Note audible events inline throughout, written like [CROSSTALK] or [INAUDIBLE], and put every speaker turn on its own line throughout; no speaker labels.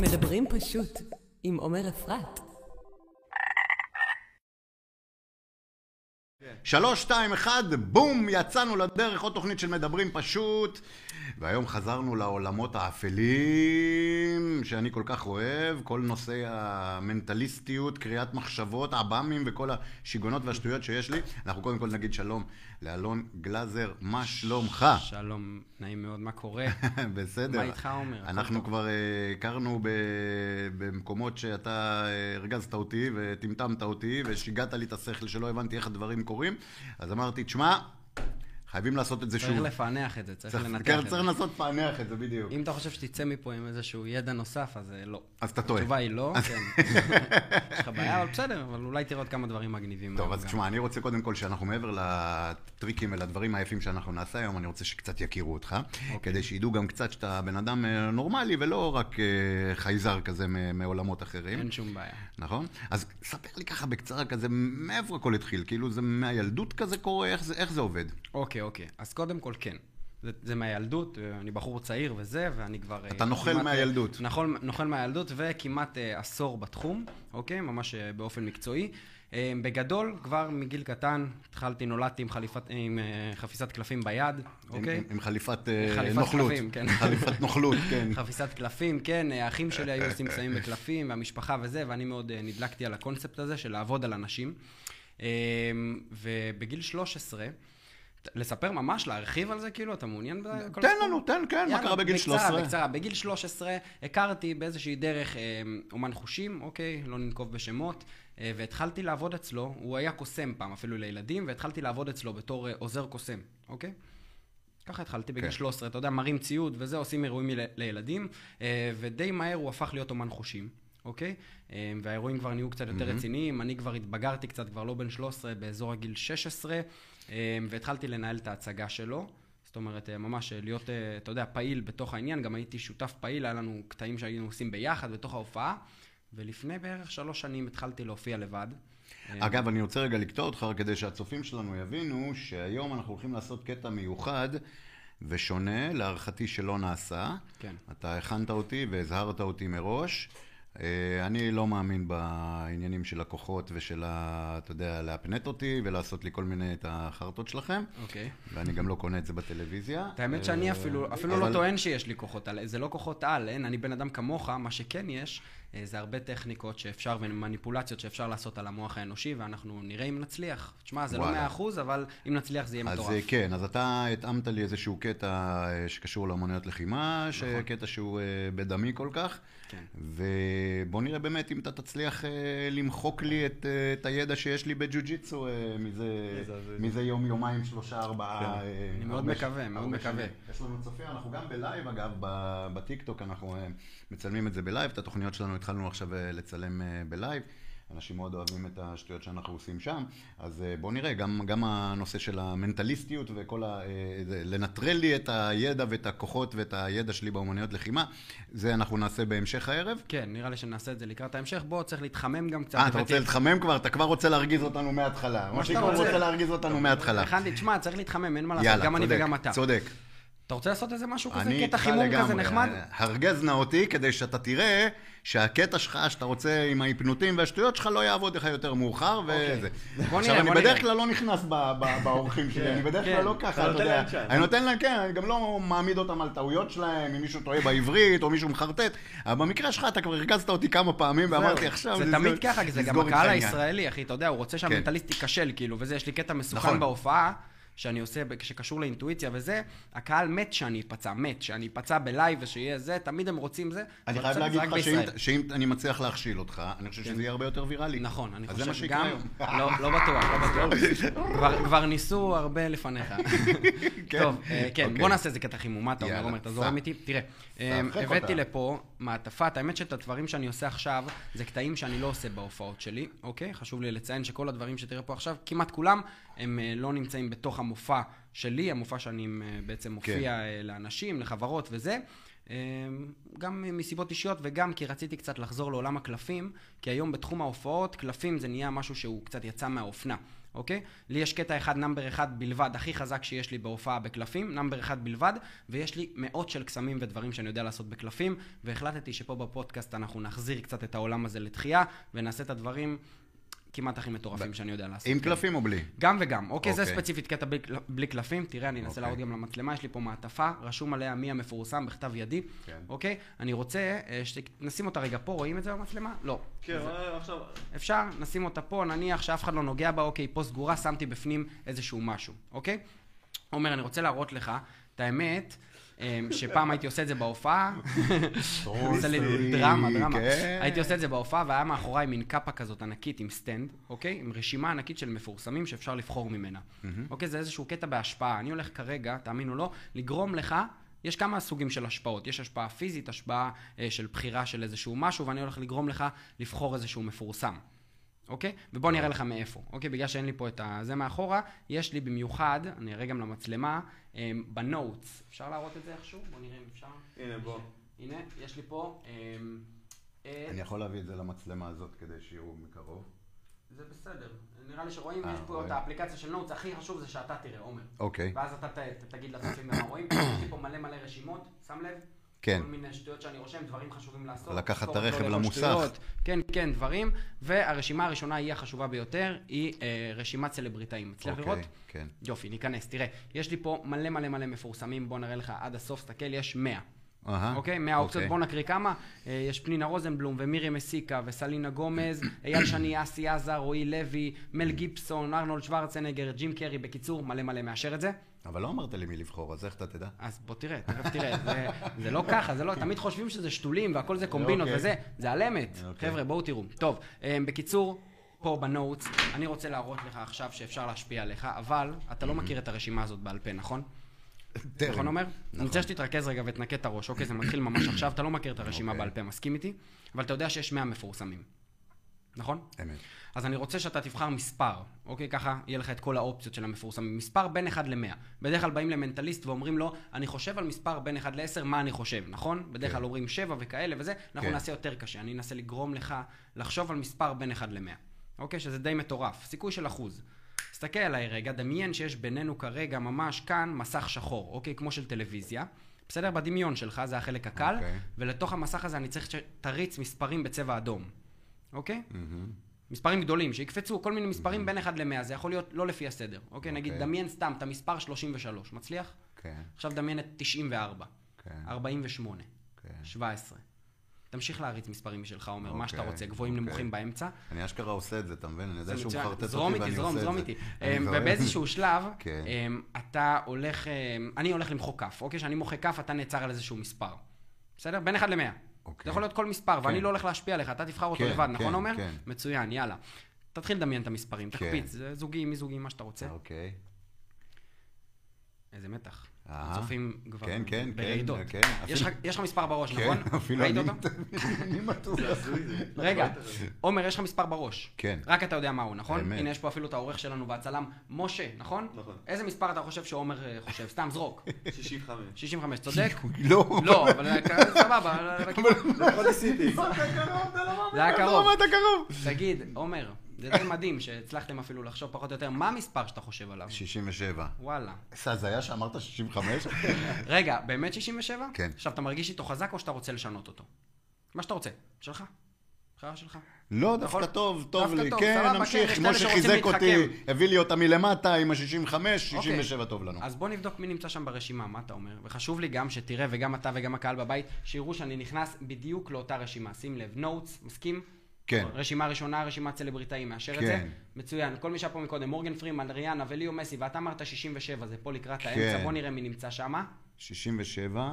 מדברים פשוט עם עומר אפרת.
שלוש, שתיים, אחד, בום, יצאנו לדרך, עוד תוכנית של מדברים פשוט. והיום חזרנו לעולמות האפלים, שאני כל כך אוהב, כל נושא המנטליסטיות, קריאת מחשבות, עב"מים וכל השיגעונות והשטויות שיש לי. אנחנו קודם כל נגיד שלום לאלון גלאזר, מה שלומך?
שלום, נעים מאוד, מה קורה?
[LAUGHS] בסדר.
מה איתך, עומר? הכל
אנחנו
טוב.
כבר אה, הכרנו ב- במקומות שאתה אה, הרגזת אותי וטמטמת אותי ושיגעת לי את השכל שלא הבנתי איך הדברים קורים, אז אמרתי, תשמע, חייבים לעשות את זה שוב.
צריך לפענח את זה, צריך לנתח
כן,
את זה.
צריך לנסות לפענח את זה בדיוק.
אם אתה חושב שתצא מפה עם איזשהו ידע נוסף, אז אה, לא.
אז אתה טועה.
התשובה היא לא, כן. יש לך בעיה, אבל בסדר, אבל אולי תראה עוד כמה דברים מגניבים.
טוב,
היום
אז
לא, גם.
תשמע, אני רוצה קודם כל שאנחנו מעבר לטריקים ולדברים היפים שאנחנו נעשה היום, אני רוצה שקצת יכירו אותך,
אוקיי.
כדי שידעו גם קצת שאתה בן אדם אה, נורמלי ולא רק אה, חייזר כזה מ- מעולמות אחרים.
אין שום בעיה.
נכון? אז ספר לי ככה בקצרה כזה, מאיפה הכל התחיל? כאילו זה מהילדות כזה קורה? איך זה, איך זה עובד?
אוקיי, אוקיי. אז קודם כל, כן. זה, זה מהילדות, אה, אני בחור צעיר וזה, ואני כבר... אה,
אתה נוכל
כמעט, אה,
מהילדות.
נכון, נוכל מהילדות, וכמעט אה, עשור בתחום, אוקיי? ממש אה, באופן מקצועי. אה, בגדול, כבר מגיל קטן, התחלתי, נולדתי עם, חליפת, עם אה, חפיסת קלפים ביד, אוקיי?
עם, עם חליפת, אה,
חליפת
נוכלות.
כלבים, כן.
חליפת נוכלות,
[LAUGHS]
כן.
חפיסת קלפים, כן, האחים שלי היו עושים פצעים בקלפים, והמשפחה וזה, ואני מאוד אה, נדלקתי על הקונספט הזה של לעבוד על אנשים. אה, ובגיל 13, ת- לספר ממש, להרחיב על זה, כאילו, אתה מעוניין בכל
תן
הסיפור?
לנו, תן, כן, מה
יאללה,
קרה בגיל
בקצרה,
13?
בקצרה, בגיל 13 הכרתי באיזושהי דרך אה, אומן חושים, אוקיי, לא ננקוב בשמות, אה, והתחלתי לעבוד אצלו, הוא היה קוסם פעם אפילו לילדים, והתחלתי לעבוד אצלו בתור אה, עוזר קוסם, אוקיי? ככה התחלתי בגיל
כן.
13, אתה יודע, מראים ציוד וזה, עושים אירועים מל- לילדים, אה, ודי מהר הוא הפך להיות אומן חושים, אוקיי? אה, והאירועים כבר נהיו קצת יותר רציניים, אני כבר התבגרתי קצת, כבר לא בן 13, באזור הגיל 16, אה, והתחלתי לנהל את ההצגה שלו. זאת אומרת, אה, ממש אה, להיות, אה, אתה יודע, פעיל בתוך העניין, גם הייתי שותף פעיל, היה לנו קטעים שהיינו עושים ביחד בתוך ההופעה, ולפני בערך שלוש שנים התחלתי להופיע לבד. אה,
אגב, אני רוצה רגע לקטוע אותך רק כדי שהצופים שלנו יבינו שהיום אנחנו הולכים לעשות קטע מיוחד ושונה, להערכתי שלא נעשה.
כן.
אתה הכנת אותי והזהרת אותי מראש. אה, אני לא מאמין בעניינים של לקוחות ושל, ה- אתה יודע, להפנט אותי ולעשות לי כל מיני את החרטות שלכם.
אוקיי.
ואני גם לא קונה את זה בטלוויזיה. אה,
את האמת שאני אפילו, אפילו
אבל-
לא טוען שיש לי כוחות על, זה לא כוחות על, אין, אני בן אדם כמוך, מה שכן יש, אה, זה הרבה טכניקות שאפשר ומניפולציות שאפשר לעשות על המוח האנושי, ואנחנו נראה אם נצליח. תשמע, זה לא
וואלה.
מאה אחוז, אבל אם נצליח זה יהיה
אז
מטורף.
אה, כן, אז אתה התאמת לי איזשהו קטע אה, שקשור לאמנויות לחימה, נכון. קטע שהוא אה, בדמי כל כך,
כן.
ובוא נראה באמת אם אתה תצליח אה, למחוק לי את, אה, את הידע שיש לי בג'ו-ג'יצו אה, מזה, מזה יום, יומיים, שלושה, ארבעה. אה,
כן. אני מאוד
הרבה
מקווה,
ש-
מאוד
הרבה
מקווה.
שנים. יש לנו צופים, אנחנו גם בלייב אגב, ב- בטיקטוק אנחנו אה, מצלמים את זה בלייב, את התוכניות שלנו התחלנו עכשיו אה, לצלם אה, בלייב. אנשים מאוד אוהבים את השטויות שאנחנו עושים שם, אז אה, בואו נראה, גם, גם הנושא של המנטליסטיות וכל ה... אה, זה- לנטרל לי את הידע ואת הכוחות ואת הידע שלי באומנויות לחימה, זה אנחנו נעשה בהמשך הערב.
כן, נראה לי שנעשה את זה לקראת ההמשך. בוא, צריך להתחמם גם קצת.
אה, אתה
הבאתי-
רוצה להתחמם כבר? אתה כבר רוצה להרגיז אותנו מההתחלה. מה
שאתה
שאתה רוצה.
רוצה.
רוצה להרגיז אותנו מההתחלה.
הכנתי, תשמע, צריך להתחמם, אין מה לעשות,
יאללה,
גם אני
צודק,
וגם אתה.
צודק.
אתה רוצה לעשות איזה משהו כזה?
אני
קטע
איתך
חימום כזה
לגמרי. אה,
נחמד?
הרגז נא אותי כדי שאתה תראה שהקטע שלך שאתה רוצה עם ההיפנוטים והשטויות שלך לא יעבוד לך יותר מאוחר
אוקיי.
וזה.
בוא
עכשיו
נראה,
אני
בוא
בדרך
נראה.
כלל לא נכנס ב- ב-
[LAUGHS]
באורחים שלי, אני בדרך כלל
כן.
לא
אתה
ככה, אתה
נותן
יודע.
להם צ'אנס.
אני נותן להם, כן, אני גם לא מעמיד אותם על טעויות שלהם, אם מישהו טועה בעברית או מישהו מחרטט, אבל במקרה שלך אתה כבר הרגזת אותי כמה פעמים ואמרתי
זהו.
עכשיו...
זה
נסגור-
תמיד ככה, כי זה גם
נסגור איתך
הקהל
עניין."
הישראלי, אחי, אתה יודע, הוא רוצה שהמנטליסט ייכשל, כאילו, וזה, יש לי קטע
כן. נכון.
מסוכן בהופעה, שאני עושה, ב- שקשור לאינטואיציה וזה, הקהל מת שאני אפצע, מת, שאני אפצע בלייב ושיהיה זה, תמיד הם רוצים זה,
אני
אבל
חייב
בסדר, זה
להגיד
רק
לך שאם-
בישראל. כן.
שאם אני מצליח להכשיל אותך, אני חושב שזה יהיה הרבה יותר ויראלי.
נכון, אני
אז זה מה
חושב
שיקרה
גם,
היום.
לא לא בטוח, לא בטוח.
[LAUGHS]
כבר- כבר ניסו הרבה לפניך.
כן.
טוב, אה, כן,
אוקיי.
בוא נעשה איזה קטע חימום, מה אתה אומר,
יאללה,
עומר, אתה
סע.
זורם איתי? תראה, אה,
הרחק אותה.
הבאתי לפה מעטפת, האמת שאת הדברים שאני עושה עכשיו, זה קטעים שאני לא עושה בהופעות שלי, אוקיי? חשוב לי לציין שכל הדברים שתראה פה עכשיו, כמעט כולם, הם אה, לא נמצאים בתוך המופע שלי, המופע שאני אה, בעצם
כן.
מופיע אה, לאנשים, לחברות וזה. אה, גם מסיבות אישיות וגם כי רציתי קצת לחזור לעולם הקלפים, כי היום בתחום ההופעות, קלפים זה נהיה משהו שהוא קצת יצא מהאופנה. אוקיי? לי יש קטע אחד, נאמבר אחד בלבד, הכי חזק שיש לי בהופעה בקלפים, נאמבר אחד בלבד, ויש לי מאות של קסמים ודברים שאני יודע לעשות בקלפים, והחלטתי שפה בפודקאסט אנחנו נחזיר קצת את העולם הזה לתחייה, ונעשה את הדברים כמעט הכי מטורפים שאני יודע לעשות.
עם
כן.
קלפים או בלי?
גם וגם. אוקיי, זה
אוקיי.
ספציפית קטע בלי קל- בלי קלפים. תראה, אני אנסה
אוקיי.
להראות גם למצלמה, יש לי פה מעטפה, רשום עליה מי המפורסם בכתב ידי.
כן.
אוקיי? אני רוצה, אה, שת- נשים אותה רגע פה, רואים את זה במצלמה? לא.
כן, אה, עכשיו...
אפשר, נשים אותה פה, נניח שאף אחד לא נוגע בה, אוקיי, פה סגורה, שמתי בפנים איזשהו משהו, אוקיי? עומר, אני רוצה להראות לך את האמת, אה, שפעם הייתי עושה את זה בהופעה, עושה לי דרמה, דרמה.
אוקיי. כן.
הייתי עושה את זה בהופעה, והיה מאחוריי מין קאפה כזאת ענקית עם סטנד, אוקיי? עם רשימה ענקית של מפורסמים שאפשר לבחור ממנה. אוקיי, זה איזשהו קטע בהשפעה. אני הולך כרגע, תאמין או לא, לגרום לך... יש כמה סוגים של השפעות, יש השפעה פיזית, השפעה אה, של בחירה של איזשהו משהו, ואני הולך לגרום לך לבחור איזשהו מפורסם. אוקיי? ובוא נראה לך מאיפה. אוקיי? בגלל שאין לי פה את ה- זה מאחורה, יש לי במיוחד, אני אראה גם למצלמה, אה, בנוטס. אפשר להראות את זה איכשהו? בוא נראה אם אפשר.
הנה, [LAUGHS] בוא.
הנה, יש לי פה... אמ, אה,
אני יכול להביא את זה למצלמה הזאת כדי שיראו מקרוב.
זה בסדר. נראה לי שרואים,
אה,
יש פה
רואים.
את האפליקציה של נוטס, הכי חשוב זה שאתה תראה, עומר.
אוקיי.
ואז אתה ת- ת- תגיד לצופים גם מה רואים. [COUGHS] יש לי פה מלא מלא רשימות, שם לב?
כן.
כל מיני שטויות שאני רושם, דברים חשובים לעשות.
לקחת את
תזכור
הרכב
לא לאכול
למוסך.
שטויות. כן, כן, דברים. והרשימה הראשונה היא החשובה ביותר, היא אה, רשימת סלבריטאים. מצליח
אוקיי,
לראות?
כן.
יופי, ניכנס. תראה, יש לי פה מלא מלא מלא מפורסמים, בוא נראה לך עד הסוף, תסתכל, יש 100.
אהה.
אוקיי, מהאופציות,
אוקיי.
בואו נקריא כמה. אה, יש פנינה רוזנבלום ומירי מסיקה וסלינה גומז, אייל שני, אסי עזה, רועי לוי, מל גיבסון, ארנולד שוורצנגר, ג'ים קרי, בקיצור, מלא מלא מאשר את זה.
אבל לא אמרת לי מי לבחור, אז איך אתה תדע?
אז בוא תראה, תכף תראה, זה, זה לא ככה, זה לא, תמיד חושבים שזה שתולים והכל זה קומבינות
אוקיי.
וזה, זה על אמת.
אוקיי.
חבר'ה, בואו תראו. טוב, אה, בקיצור, פה בנוטס, אני רוצה להראות לך עכשיו שאפשר להשפיע עליך, אבל
Mm-hmm.
אתה לא מכיר את הרשימה הזאת בעל פה, נכון?
טרם.
נכון אומר? אני רוצה שתתרכז רגע ותנקה את הראש, אוקיי, זה מתחיל ממש עכשיו, אתה לא מכיר את הרשימה
אוקיי.
בעל פה, מסכים איתי? אבל אתה יודע שיש 100 מפורסמים, נכון?
אמת.
אז אני רוצה שאתה תבחר מספר, אוקיי? ככה יהיה לך את כל האופציות של המפורסמים. מספר בין 1 ל-100. בדרך כלל באים למנטליסט ואומרים לו, אני חושב על מספר בין 1 ל-10, מה אני חושב, נכון? בדרך כלל אומרים 7 וכאלה וזה, אנחנו
כן.
נעשה יותר קשה. אני אנסה לגרום לך לחשוב על מספר בין 1 ל-100. אוקיי? שזה די מטורף. סיכוי של אחוז. תסתכל עליי רגע, דמיין שיש בינינו כרגע, ממש כאן, מסך שחור, אוקיי? כמו של טלוויזיה. בסדר? בדמיון שלך, זה החלק הקל,
אוקיי.
ולתוך המסך הזה אני צריך שתריץ מספרים בצבע אדום, אוקיי? מספרים גדולים, שיקפצו, כל מיני מספרים בין 1 ל-100, זה יכול להיות לא לפי הסדר. אוקיי, נגיד,
Mhm. אוקיי.
דמיין סתם את המספר 33, מצליח?
כן,
עכשיו דמיין את 94,
כן.
אה. 48,
כן.
17. תמשיך להריץ מספרים משלך, אומר, מה שאתה
אוקיי,
רוצה, גבוהים,
אוקיי.
נמוכים באמצע.
אני אשכרה עושה את זה, אתה מבין? אני יודע
זה
שהוא
מצוין.
מחרטט אותי
זרום
ואני
איתי,
עושה את זה.
זרום, זרום איתי.
אני
אמ,
זורם.
ובאיזשהו שלב,
[LAUGHS] כן.
אמ, אתה הולך, אמ, אני הולך למחוק כף, אוקיי? כשאני מוחק כף, אתה נעצר על איזשהו מספר. בסדר? בין 1 ל-100.
אוקיי.
זה יכול להיות כל מספר, ואני לא הולך להשפיע עליך, אתה תבחר אותו
כן,
לבד,
כן,
נכון עומר?
כן.
מצוין, יאללה. תתחיל לדמיין את המספרים,
כן.
תקפיץ, זה זוגי, מי זוגי, מה שאתה רוצה.
אוקיי.
איזה מתח.
אהה.
הצופים כבר
כן, כן, כן,
ברעידות.
כן.
יש לך-
אפילו-
יש לך מספר בראש, נכון?
כן, [LAUGHS] אפילו
ראית
אני...
אותו? [LAUGHS]
אני מתוח.
רגע, עומר, יש לך מספר בראש.
כן.
רק אתה יודע מהו, נכון?
אמת.
הנה, יש פה אפילו את העורך שלנו והצלם, משה, נכון?
נכון.
איזה מספר אתה חושב שעומר אה, חושב? סתם, זרוק.
[LAUGHS]
65.
65, צודק?
לא. [LAUGHS]
לא, אבל זה היה סבבה, רק-
לפחות ניסיתי. [LAUGHS] לא
זה היה קרוב.
לא, אתה קרוב.
תגיד, עומר, זה די מדהים שהצלחתם אפילו לחשוב פחות או יותר, מה המספר שאתה חושב עליו?
67.
וואלה.
זה הזיה שאמרת
[LAUGHS]
65?
רגע, באמת 67?
כן.
עכשיו, אתה מרגיש איתו חזק או שאתה רוצה לשנות אותו? מה שאתה רוצה, שלך. בחירה שלך.
לא,
נכון.
דווקא טוב, טוב
דווקא
לי.
טוב,
כן,
סבבה,
נמשיך.
כן, יש
כמו
כאלה שרוצים
שחיזק אותי,
להתחכם.
הביא לי אותה מלמטה עם ה-65,
אוקיי.
67 טוב לנו.
אז בוא נבדוק מי נמצא שם ברשימה, מה אתה אומר? וחשוב לי גם שתראה, וגם אתה וגם הקהל בבית, שיראו שאני נכנס בדיוק לאותה רשימה. שים לב, נוטס, מסכים?
כן.
רשימה ראשונה, רשימת סלבריטאים, מאשר את זה?
כן.
מצוין. כל מי שהיה פה מקודם, מורגן פרימן, ריאנה וליאו מסי, ואתה אמרת 67, זה פה לקראת
כן.
האמצע, בוא נראה מי נמצא שם.
67,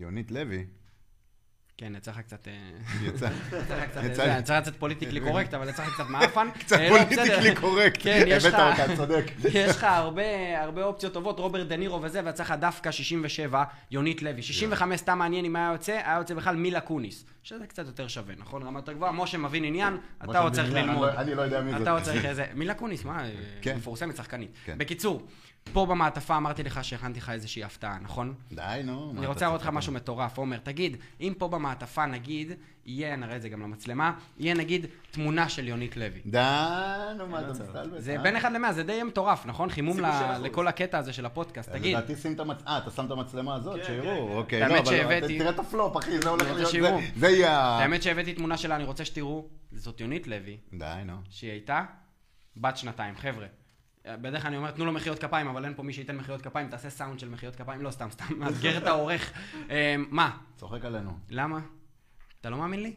יונית
[LAUGHS]
לוי,
כן, יצא לך קצת... אה,
יצא.
יצא לך קצת-
יצא
זה,
לי.
יצא לך קצת
[LAUGHS]
פוליטיקלי קורקט, אבל יצא לך קצת מעפן.
קצת
אה, לא, בסדר.
פוליטיקלי קורקט.
כן, יש לך...
הבאת אותה,
[LAUGHS]
צודק.
יש לך הרבה, הרבה אופציות טובות, רוברט דה נירו וזה, ויצא לך דווקא 67, יונית לוי. 65, סתם מעניין אם היה יוצא, היה יוצא בכלל מילה קוניס. שזה קצת יותר שווה, נכון? רמה יותר גבוהה. משה מבין עניין, אתה
משה
עוד צריך
בניין,
ללמוד.
אני לא- אני לא יודע מי זאת.
אתה עוד צריך איזה... מילה קוניס, מה?
כן.
מפורסמת שחקנית.
כן.
בקיצור, פה במעטפה אמרתי לך שהכנתי לך איזושהי הפתעה,
[LAUGHS]
נכון?
די, נו. מה
אני
אתה
רוצה להראות לך
צריך
משהו מטורף, עומר, תגיד, אם פה במעטפה נגיד, יהיה, נראה את זה גם למצלמה, יהיה נגיד תמונה של יונית לוי.
די, נו, מה אתה
מצב.
מסתלבט?
לא זה
אה?
בין 1 ל-100, זה די מטורף, נכון? חימום
סיכוי
ל-
של אחוז.
לכל הקטע הזה של הפודקאסט,
אז
תגיד.
אה, לדעתי שים את המצלמה, אה, אתה שם את המצלמה הזאת,
כן, כן,
שיראו,
כן.
אוקיי.
האמת
לא, אבל
שהבאתי-
תראה את הפלופ, אחי, זה הולך
אני רוצה
להיות,
שיראו.
זה- זה יהיה... ה-
האמת שהבאתי תמונה שלה, אני רוצה שתראו, זאת יונית לוי,
די, נו.
שהיא הייתה בת שנתיים, חבר'ה. בדרך כלל אני אומר, תנו לו מחיאות כפיים, אבל אין פה מי שייתן מחיאות כפיים, תעשה סאונד של מחיאות כפיים, לא סתם, [LAUGHS] סתם, מאתגר את העורך. אה, מה?
צוחק עלינו.
למה? אתה לא מאמין לי?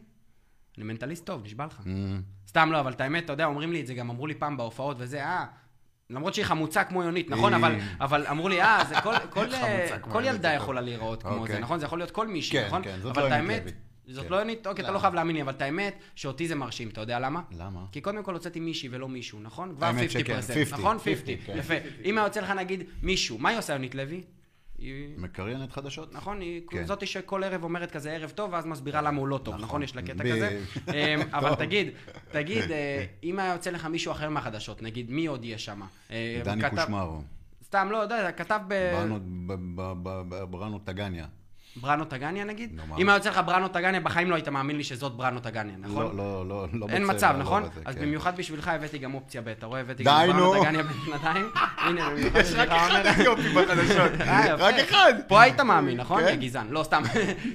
אני מנטליסט טוב, נשבע לך.
אמ,
סתם לא, אבל את האמת, אתה יודע, אומרים לי את זה, גם אמרו לי פעם בהופעות וזה, אה... למרות שהיא חמוצה כמו יונית, נכון?
היא-
אבל, אבל אמרו לי, אה,
[LAUGHS]
זה כל, כל, אה,
חמוצה כמו
כל
יונית,
ילדה
זה
יכולה להיראות כמו
אוקיי.
זה, נכון? זה יכול להיות כל מישהי,
כן,
נכון?
כן, זאת
אבל
לא
את
יונית
האמת,
לוי.
זאת
כן.
לא יונית, אוקיי, אתה
למה?
לא חייב להאמין לי, אבל את האמת, שאותי זה מרשים, אתה יודע למה?
למה?
כי קודם כל הוצאתי מישהי ולא מישהו, נכון? כבר 50%,
האמת שכן, 50,
נכון? 50,
50, כן.
יפה. אם היה יוצא לך נגיד מישהו, מה היא עושה יונית לוי? היא...
מקריינת חדשות?
נכון, היא
כן.
זאתי שכל ערב אומרת כזה ערב טוב, ואז מסבירה למה הוא לא טוב,
נכון.
נכון? יש לה קטע
ב-
כזה.
[LAUGHS]
אמ, אבל
טוב.
תגיד,
[LAUGHS]
תגיד, אה, אם היה יוצא לך מישהו אחר מהחדשות, נגיד, מי עוד יהיה שם? אה,
דני
כתב-
קושמרו.
סתם, לא יודע, כתב ב...
בראנו- ב- ב- ב- ב- בראנו טגניה.
בראנו טגניה נגיד?
נו, מה?
אם היה יוצא לך בראנו טגניה, בחיים לא היית מאמין לי שזאת בראנו טגניה, נכון?
לא, לא, לא, לא
אין
בצבע,
מצב,
לא
נכון?
בזה,
אז
כן.
במיוחד בשבילך הבאתי גם אופציה ב', אתה רואה? הבאתי
די,
גם
נו.
בראנו טגניה בן
[LAUGHS]
שנתיים. הנה, במיוחד
יש רק
בשבילך
אחד
עומר.
אתיופי בחדשות.
אה, יפה.
רק אחד.
פה היית מאמין, נכון?
כן.
יא גזען. לא,
[LAUGHS]
סתם.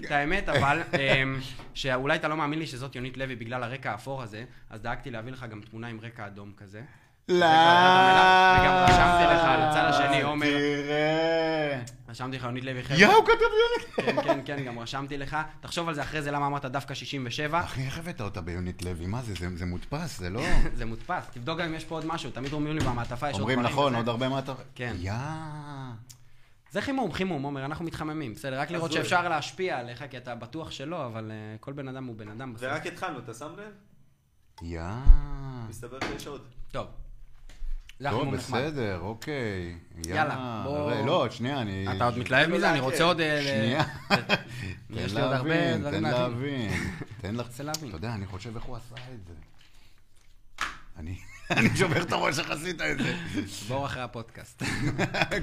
את האמת, אבל, אמ, שאולי אתה לא מאמין לי שזאת יונית לוי בגלל הרקע האפור הזה, אז דאגתי להביא לך גם תמונה עם רקע אדום כזה.
לא.
וגם רשמתי לך על הצד השני, עומר. אה,
תראה.
רשמתי לך יונית לוי חבר.
יואו, כתב יונית.
כן, כן, כן, גם רשמתי לך. תחשוב על זה אחרי זה, למה אמרת דווקא 67.
אחי, איך הבאת אותה ביונית לוי? מה זה? זה- זה מודפס, זה לא...
זה מודפס. תבדוק גם אם יש פה עוד משהו, תמיד אומרים לי במעטפה, אה, יש עוד
אומרים
דברים
נכון,
וזה.
עוד הרבה מה אתה...
כן.
יאה.
זה חימום, חימום, עומר, אנחנו מתחממים. בסדר, רק לראות
הזוי.
שאפשר להשפיע עליך, כי אתה בטוח שלא, אבל אה, כל בן אדם הוא בן אדם בסוף.
ורק התחלנו, אתה שם לב?
יאה.
מסתבר שיש [LAUGHS] עוד.
טוב. זה
טוב,
החימום נחמד.
בסדר, אוקיי.
יאללה, בוא-
הרי- לא, עוד שנייה, אני...
אתה עוד מתלהב מזה? אני רוצה עוד... אה, ל-
שנייה.
יש
תן
לי עוד הרבה
כן, להבין,
דברים
תן
להבין.
להבין.
[LAUGHS]
תן לך...
רוצה להבין.
אתה יודע, אני חושב איך הוא עשה את זה. אני... [LAUGHS] אני שובר את הראש איך עשית את זה. [LAUGHS]
בור אחרי הפודקאסט.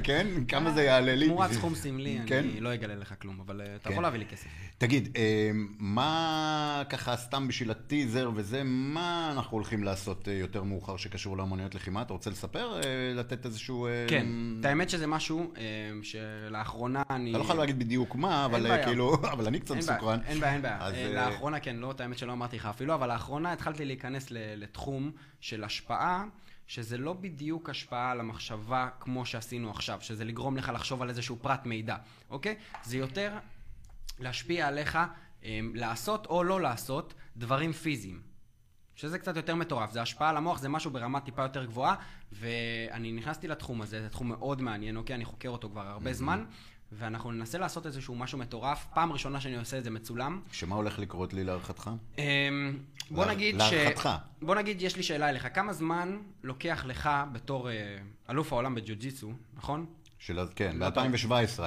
כן? כמה זה יעלה לי?
תמורת סכום סמלי,
כן?
אני לא אגלה לך כלום, אבל אה, אתה
כן.
יכול להביא לי כסף.
תגיד, אה, מה ככה סתם בשביל הטיזר וזה, מה אנחנו הולכים לעשות אה, יותר מאוחר שקשור לאמנויות לחימה? אתה רוצה לספר? אה, לתת איזשהו... אה,
כן, את האמת שזה משהו אה, שלאחרונה אני...
אתה לא חייב להגיד בדיוק מה, אבל אה,
בעיה.
כאילו, [LAUGHS] אבל אני קצת
אין בעיה,
מסוקרן.
אין בעיה, אין בעיה.
אז,
אה,
אה,
לאחרונה, כן, לא, את האמת שלא אמרתי לך אפילו, אבל לאחרונה התחלתי להיכנס ל- לתחום של השפעה, שזה לא בדיוק השפעה על המחשבה כמו שעשינו עכשיו, שזה לגרום לך לחשוב על איזשהו פרט מידע, אוקיי? זה יותר להשפיע עליך אה, לעשות או לא לעשות דברים פיזיים. שזה קצת יותר מטורף, זה השפעה על המוח, זה משהו ברמה טיפה יותר גבוהה, ואני נכנסתי לתחום הזה, זה תחום מאוד מעניין, אוקיי? אני חוקר אותו כבר הרבה זמן, ואנחנו ננסה לעשות איזשהו משהו מטורף, פעם ראשונה שאני עושה את זה מצולם.
שמה הולך לקרות לי להערכתך?
אמ, בוא
לה-
נגיד ש...
להערכתך.
בוא נגיד, יש לי שאלה אליך, כמה זמן לוקח לך בתור אה, אלוף העולם בג'ו-ג'יסו, נכון?
של אז, כן, ב-2017.
ב-2017,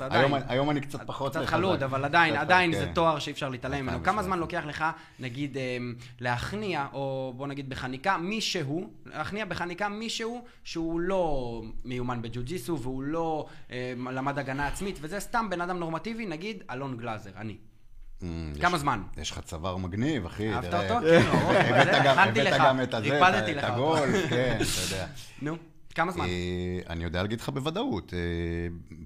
עדיין.
היום אני קצת פחות...
קצת
לחזק.
חלוד, אבל עדיין,
קצת,
עדיין
כן.
זה תואר שאי אפשר להתעלם ממנו. כמה
2017.
זמן לוקח לך, נגיד, אמ, להכניע, או בוא נגיד בחניקה, מישהו, להכניע בחניקה מישהו שהוא לא מיומן בג'ו-ג'יסו, והוא לא אמ, למד הגנה עצמית, וזה סתם בן אדם נורמטיבי, נגיד אלון גלאזר, אני.
אמ,
כמה
יש-
זמן?
יש לך צוואר מגניב, אחי.
אהבת
תראה.
אותו? כן, ארוך,
הבאת
בסדר,
גם-
הכנתי
הבאת
לך,
גם את הזה, את-
ריפדתי
את
לך אותו. [LAUGHS]
הגול, כן, אתה יודע.
נו, כמה זמן?
אה, אני יודע להגיד לך בוודאות, אה,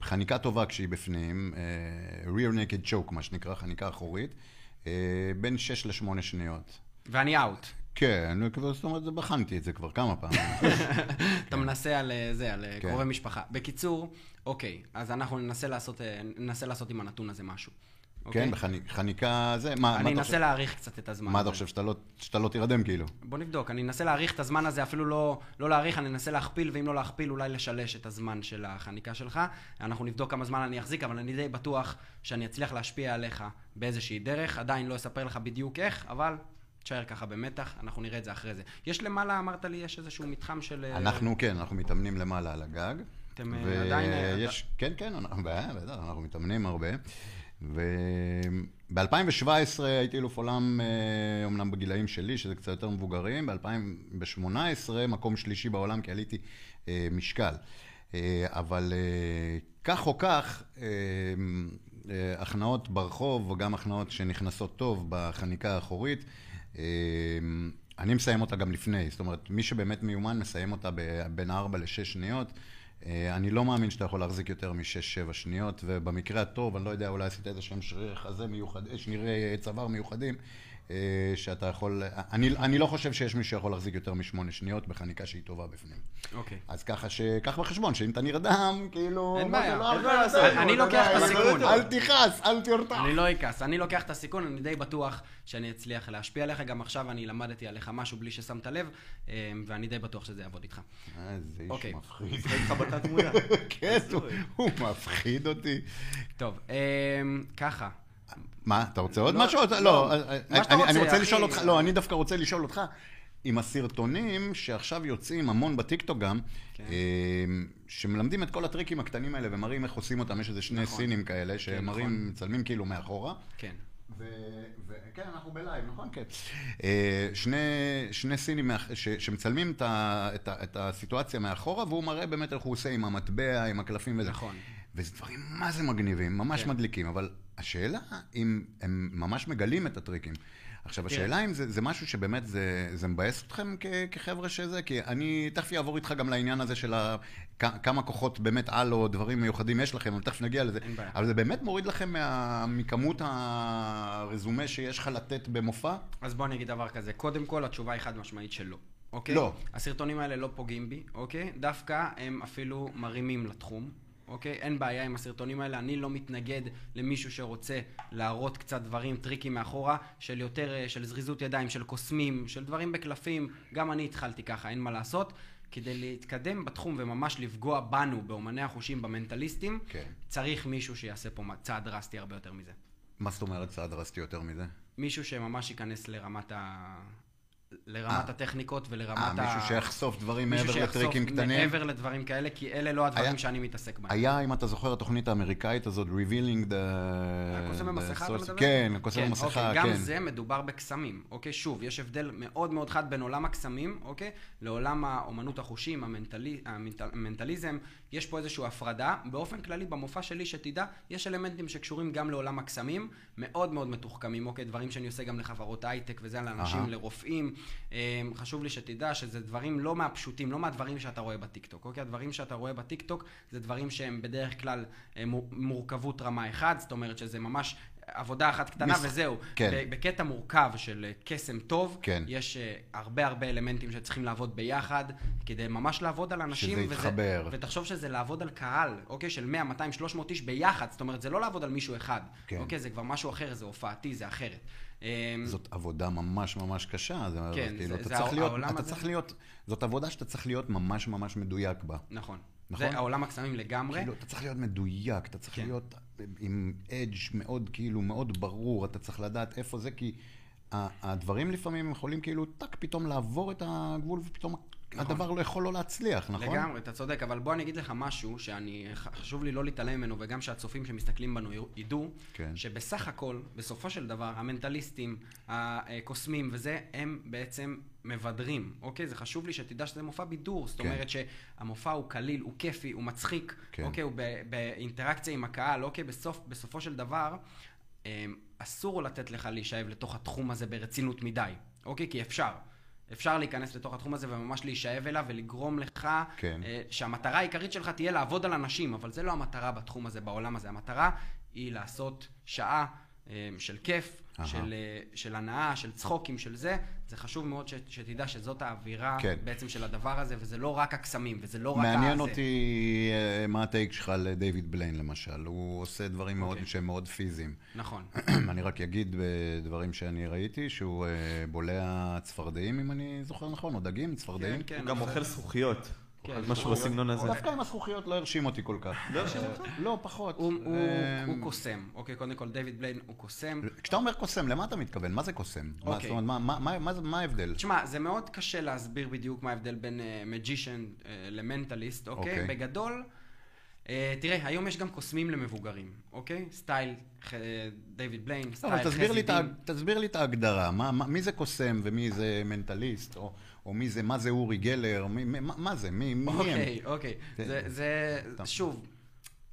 חניקה טובה כשהיא בפנים, אה, rear naked choke, מה שנקרא, חניקה אחורית, אה, בין 6 ל-8 שניות.
ואני אאוט.
כן, נו, כבר- זאת אומרת, זה- בחנתי את זה כבר כמה פעמים.
אתה מנסה על אה, זה, על אה,
כן.
קרובי משפחה. בקיצור, אוקיי, אז אנחנו ננסה לעשות, אה, ננסה לעשות עם הנתון הזה משהו.
כן,
[LAUGHS] אוקיי?
בחניקה זה, מה- מה
אני
אתה
אנסה
חושב?
להעריך קצת את הזמן.
מה אתה
הזה.
חושב, שאתה לא- שאתה לא תירדם כאילו?
בוא נבדוק, אני אנסה להעריך את הזמן הזה, אפילו לא, לא להעריך, אני אנסה להכפיל, ואם לא להכפיל, אולי לשלש את הזמן של החניקה שלך. אנחנו נבדוק כמה זמן אני אחזיק, אבל אני די בטוח שאני אצליח להשפיע עליך באיזושהי דרך. עדיין לא אספר לך בדיוק איך, אבל תשאר ככה במתח, אנחנו נראה את זה אחרי זה. יש למעלה, אמרת לי, יש איזשהו מתחם של... אה,
אנחנו, כן, אנחנו מתאמנים למעלה על הגג.
אתם, אה, עדיין, אה,
ויש, כן, כן, אנחנו- בטח, בטח, אנחנו מתאמנים הרבה. וב-2017 הייתי אלוף עולם, אה, אומנם בגילאים שלי, שזה קצת יותר מבוגרים, ב-2018 מקום שלישי בעולם, כי עליתי אה, משקל. אה, אה, אבל אה, כך או כך, אה, אה, הכנעות ברחוב, וגם הכנעות שנכנסות טוב בחניקה האחורית, אה, אני מסיים אותה גם לפני. זאת אומרת, מי שבאמת מיומן מסיים אותה ב- בין 4 ל-6 שניות. אה, אני לא מאמין שאתה יכול להחזיק יותר מ-6-7 שניות, ובמקרה הטוב, אני לא יודע, אולי עשית איזה שהם שרירי חזה מיוחדים, שרירי צוואר מיוחדים, אה, שאתה יכול... אני, אני לא חושב שיש מי שיכול להחזיק יותר משמונה שניות בחניקה שהיא טובה בפנים.
אוקיי.
אז ככה שקח בחשבון, שאם אתה נרדם, כאילו...
אין
מה זה
בעיה,
לא
אין
הרבה
מה לעשות.
עדיין,
אני
אתה
לוקח
יודע,
את
אבל
הסיכון.
אל תכעס, אל תרתח.
אני לא אכעס, אני לוקח את הסיכון, אני די בטוח שאני אצליח להשפיע עליך, גם עכשיו אני למדתי עליך משהו בלי ששמת לב, אה, ואני די בטוח שזה יעבוד איתך.
איזה אה, איש
אוקיי.
מפחיד.
ראיתי לך בתת תמונה.
כן, הוא- הוא מפחיד אותי.
טוב, אה, ככה,
מה, אתה רוצה עוד
לא,
משהו? אתה- לא,
לא. מה שאתה
אני- אני
רוצה,
רוצה לשאול
אחי.
אותך, לא, אני דווקא רוצה לשאול אותך, עם הסרטונים שעכשיו יוצאים המון בטיקטוק גם,
כן.
אה, שמלמדים את כל הטריקים הקטנים האלה ומראים איך עושים אותם, יש איזה שני
נכון.
סינים כאלה,
נכון.
שמראים, מצלמים כאילו מאחורה.
כן.
וכן, אנחנו בלייב, נכון? כן. אה, שני, שני סינים מאח- ש, שמצלמים את, ה, את, ה, את הסיטואציה מאחורה, והוא מראה באמת איך הוא עושה עם המטבע, עם הקלפים וזה.
נכון.
וזה דברים מה זה מגניבים, ממש
כן.
כן. מדליקים, אבל השאלה אם הם ממש מגלים את הטריקים. עכשיו,
תראה.
השאלה אם זה, זה משהו שבאמת זה, זה מבאס אתכם כ, כחבר'ה שזה, כי אני תכף אעבור איתך גם לעניין הזה של ה, כ, כמה כוחות באמת על או דברים מיוחדים יש לכם, אבל תכף נגיע לזה.
אין בעיה.
אבל זה באמת מוריד לכם מה... מכמות הרזומה שיש לך לתת במופע?
אז בוא אני אגיד דבר כזה, קודם כל התשובה היא חד משמעית שלא, אוקיי?
לא.
הסרטונים האלה לא פוגעים בי, אוקיי? דווקא הם אפילו מרימים לתחום, אוקיי? אין בעיה עם הסרטונים האלה, אני לא מתנגד למישהו שרוצה להראות קצת דברים, טריקים מאחורה, של יותר, אה, של זריזות ידיים, של קוסמים, של דברים בקלפים, גם אני התחלתי ככה, אין מה לעשות. כדי להתקדם בתחום וממש לפגוע בנו, באומני החושים, במנטליסטים,
כן.
צריך מישהו שיעשה פה צעד דרסטי הרבה יותר מזה.
מה זאת אומרת צעד רסטי יותר מזה?
מישהו שממש ייכנס לרמת ה... לרמת
אה.
הטכניקות ולרמת
אה,
ה...
מישהו שיחשוף דברים
מישהו
מעבר
שיחשוף
לטריקים קטנים?
מעבר לדברים כאלה, כי אלה לא הדברים
היה-
שאני מתעסק בהם.
היה, אם אתה זוכר, התוכנית האמריקאית הזאת, Revealing the...
הקוסם
the
במסכה אתה
source-
מדבר?
כן, הקוסם במסכה,
אוקיי,
כן.
גם זה מדובר בקסמים, אוקיי? שוב, יש הבדל מאוד מאוד חד בין עולם הקסמים, אוקיי? לעולם האומנות החושים, המנטלי, המנטל- המנטליזם, יש פה איזושהי הפרדה. באופן כללי, במופע שלי, שתדע, יש אלמנטים שקשורים גם לעולם הקסמים, מאוד מאוד מתוחכמים, אוקיי? דברים שאני עושה גם לחברות הייטק וזה, לאנשים,
אהה.
לרופאים. אה, חשוב לי שתדע שזה דברים לא מהפשוטים, לא מהדברים שאתה רואה בטיקטוק, אוקיי? הדברים שאתה רואה בטיקטוק זה דברים שהם בדרך כלל אה, מור- מורכבות רמה 1, זאת אומרת שזה ממש עבודה אחת קטנה
משחק.
וזהו.
כן.
ב- בקטע מורכב של אה, קסם טוב,
כן.
יש אה, הרבה הרבה אלמנטים שצריכים לעבוד ביחד, כדי ממש לעבוד על אנשים.
שזה יתחבר.
ותחשוב שזה לעבוד על קהל, אוקיי? של 100, 200, 300 איש ביחד, זאת אומרת זה לא לעבוד על מישהו אחד.
כן.
אוקיי? זה כבר משהו אחר, זה הופעתי, זה אחרת. אה,
זאת עבודה ממש ממש קשה, זה
כן,
כאילו,
זה-
אתה
זה
צריך
הע-
להיות,
העולם
אתה
הזה.
צריך להיות, זאת עבודה שאתה צריך להיות ממש ממש מדויק בה.
נכון.
נכון?
זה העולם הקסמים לגמרי.
כאילו, אתה צריך להיות מדויק, אתה צריך
כן.
להיות עם אדג' מאוד כאילו, מאוד ברור, אתה צריך לדעת איפה זה, כי ה- הדברים לפעמים יכולים כאילו, טק, פתאום לעבור את הגבול, ופתאום הדבר לא יכול לא להצליח, נכון?
נכון. לגמרי, אתה צודק, אבל בוא אני אגיד לך משהו שאני, ח- חשוב לי לא להתעלם ממנו, וגם שהצופים שמסתכלים בנו יראו- ידעו,
כן.
שבסך הכל, בסופו של דבר, המנטליסטים, הקוסמים וזה, הם בעצם מבדרים, אוקיי? זה חשוב לי שתדע שזה מופע בידור, זאת
כן.
אומרת שהמופע הוא קליל, הוא כיפי, הוא מצחיק,
כן.
אוקיי? הוא ב- באינטראקציה עם הקהל, אוקיי? בסוף, בסופו של דבר, אמ, אסור לתת לך להישאב לתוך התחום הזה ברצינות מדי, אוקיי? כי אפשר. אפשר להיכנס לתוך התחום הזה וממש להישאב אליו ולגרום לך,
כן.
אה, שהמטרה העיקרית שלך תהיה לעבוד על אנשים, אבל זה לא המטרה בתחום הזה, בעולם הזה. המטרה היא לעשות שעה אה, של כיף,
אהה.
של, אה, של הנאה, של צחוקים, של זה. זה חשוב מאוד ש, שתדע שזאת האווירה
כן.
בעצם של הדבר הזה, וזה לא רק הקסמים, וזה לא רק
מעניין
הזה.
אותי אה, מה הטייק שלך לדייוויד בליין למשל, הוא עושה דברים מאוד-
אוקיי.
שהם מאוד פיזיים. [CLEARS THROAT]
נכון.
אני רק אגיד בדברים שאני ראיתי, שהוא אה, בולע צפרדעים, אם אני זוכר נכון, או דגים, צפרדעים.
כן,
הוא גם
אבל-
אוכל זכוכיות.
כן.
משהו בסגנון הזה.
דווקא עם הזכוכיות לא הרשים אותי כל כך.
לא הרשים אותך?
לא, פחות.
הוא, הוא,
אה,
הוא קוסם, אוקיי? קודם כל, דיוויד בליין הוא קוסם.
כשאתה אומר קוסם, למה אתה מתכוון? מה זה קוסם? מה-
אוקיי.
זאת אומרת, מה- מה- מה- מה זה- מה ההבדל?
תשמע, זה מאוד קשה להסביר בדיוק מה ההבדל בין מג'ישן אה, למנטליסט, אוקיי?
אוקיי.
בגדול, אה, תראה, היום יש גם קוסמים למבוגרים, אוקיי? סטייל ח- אה, דיוויד בליין,
טוב,
סטייל
לא, אבל תסביר לי את ה-
חסידים.
תסביר לי את ההגדרה, מה- מה- מי זה קוסם ומי זה מנטליסט, או- או מי זה, מה זה אורי גלר, מי- מי- מה מה זה, מי מי הם?
אוקיי, אוקיי.
כן.
זה, זה,
טוב.
שוב,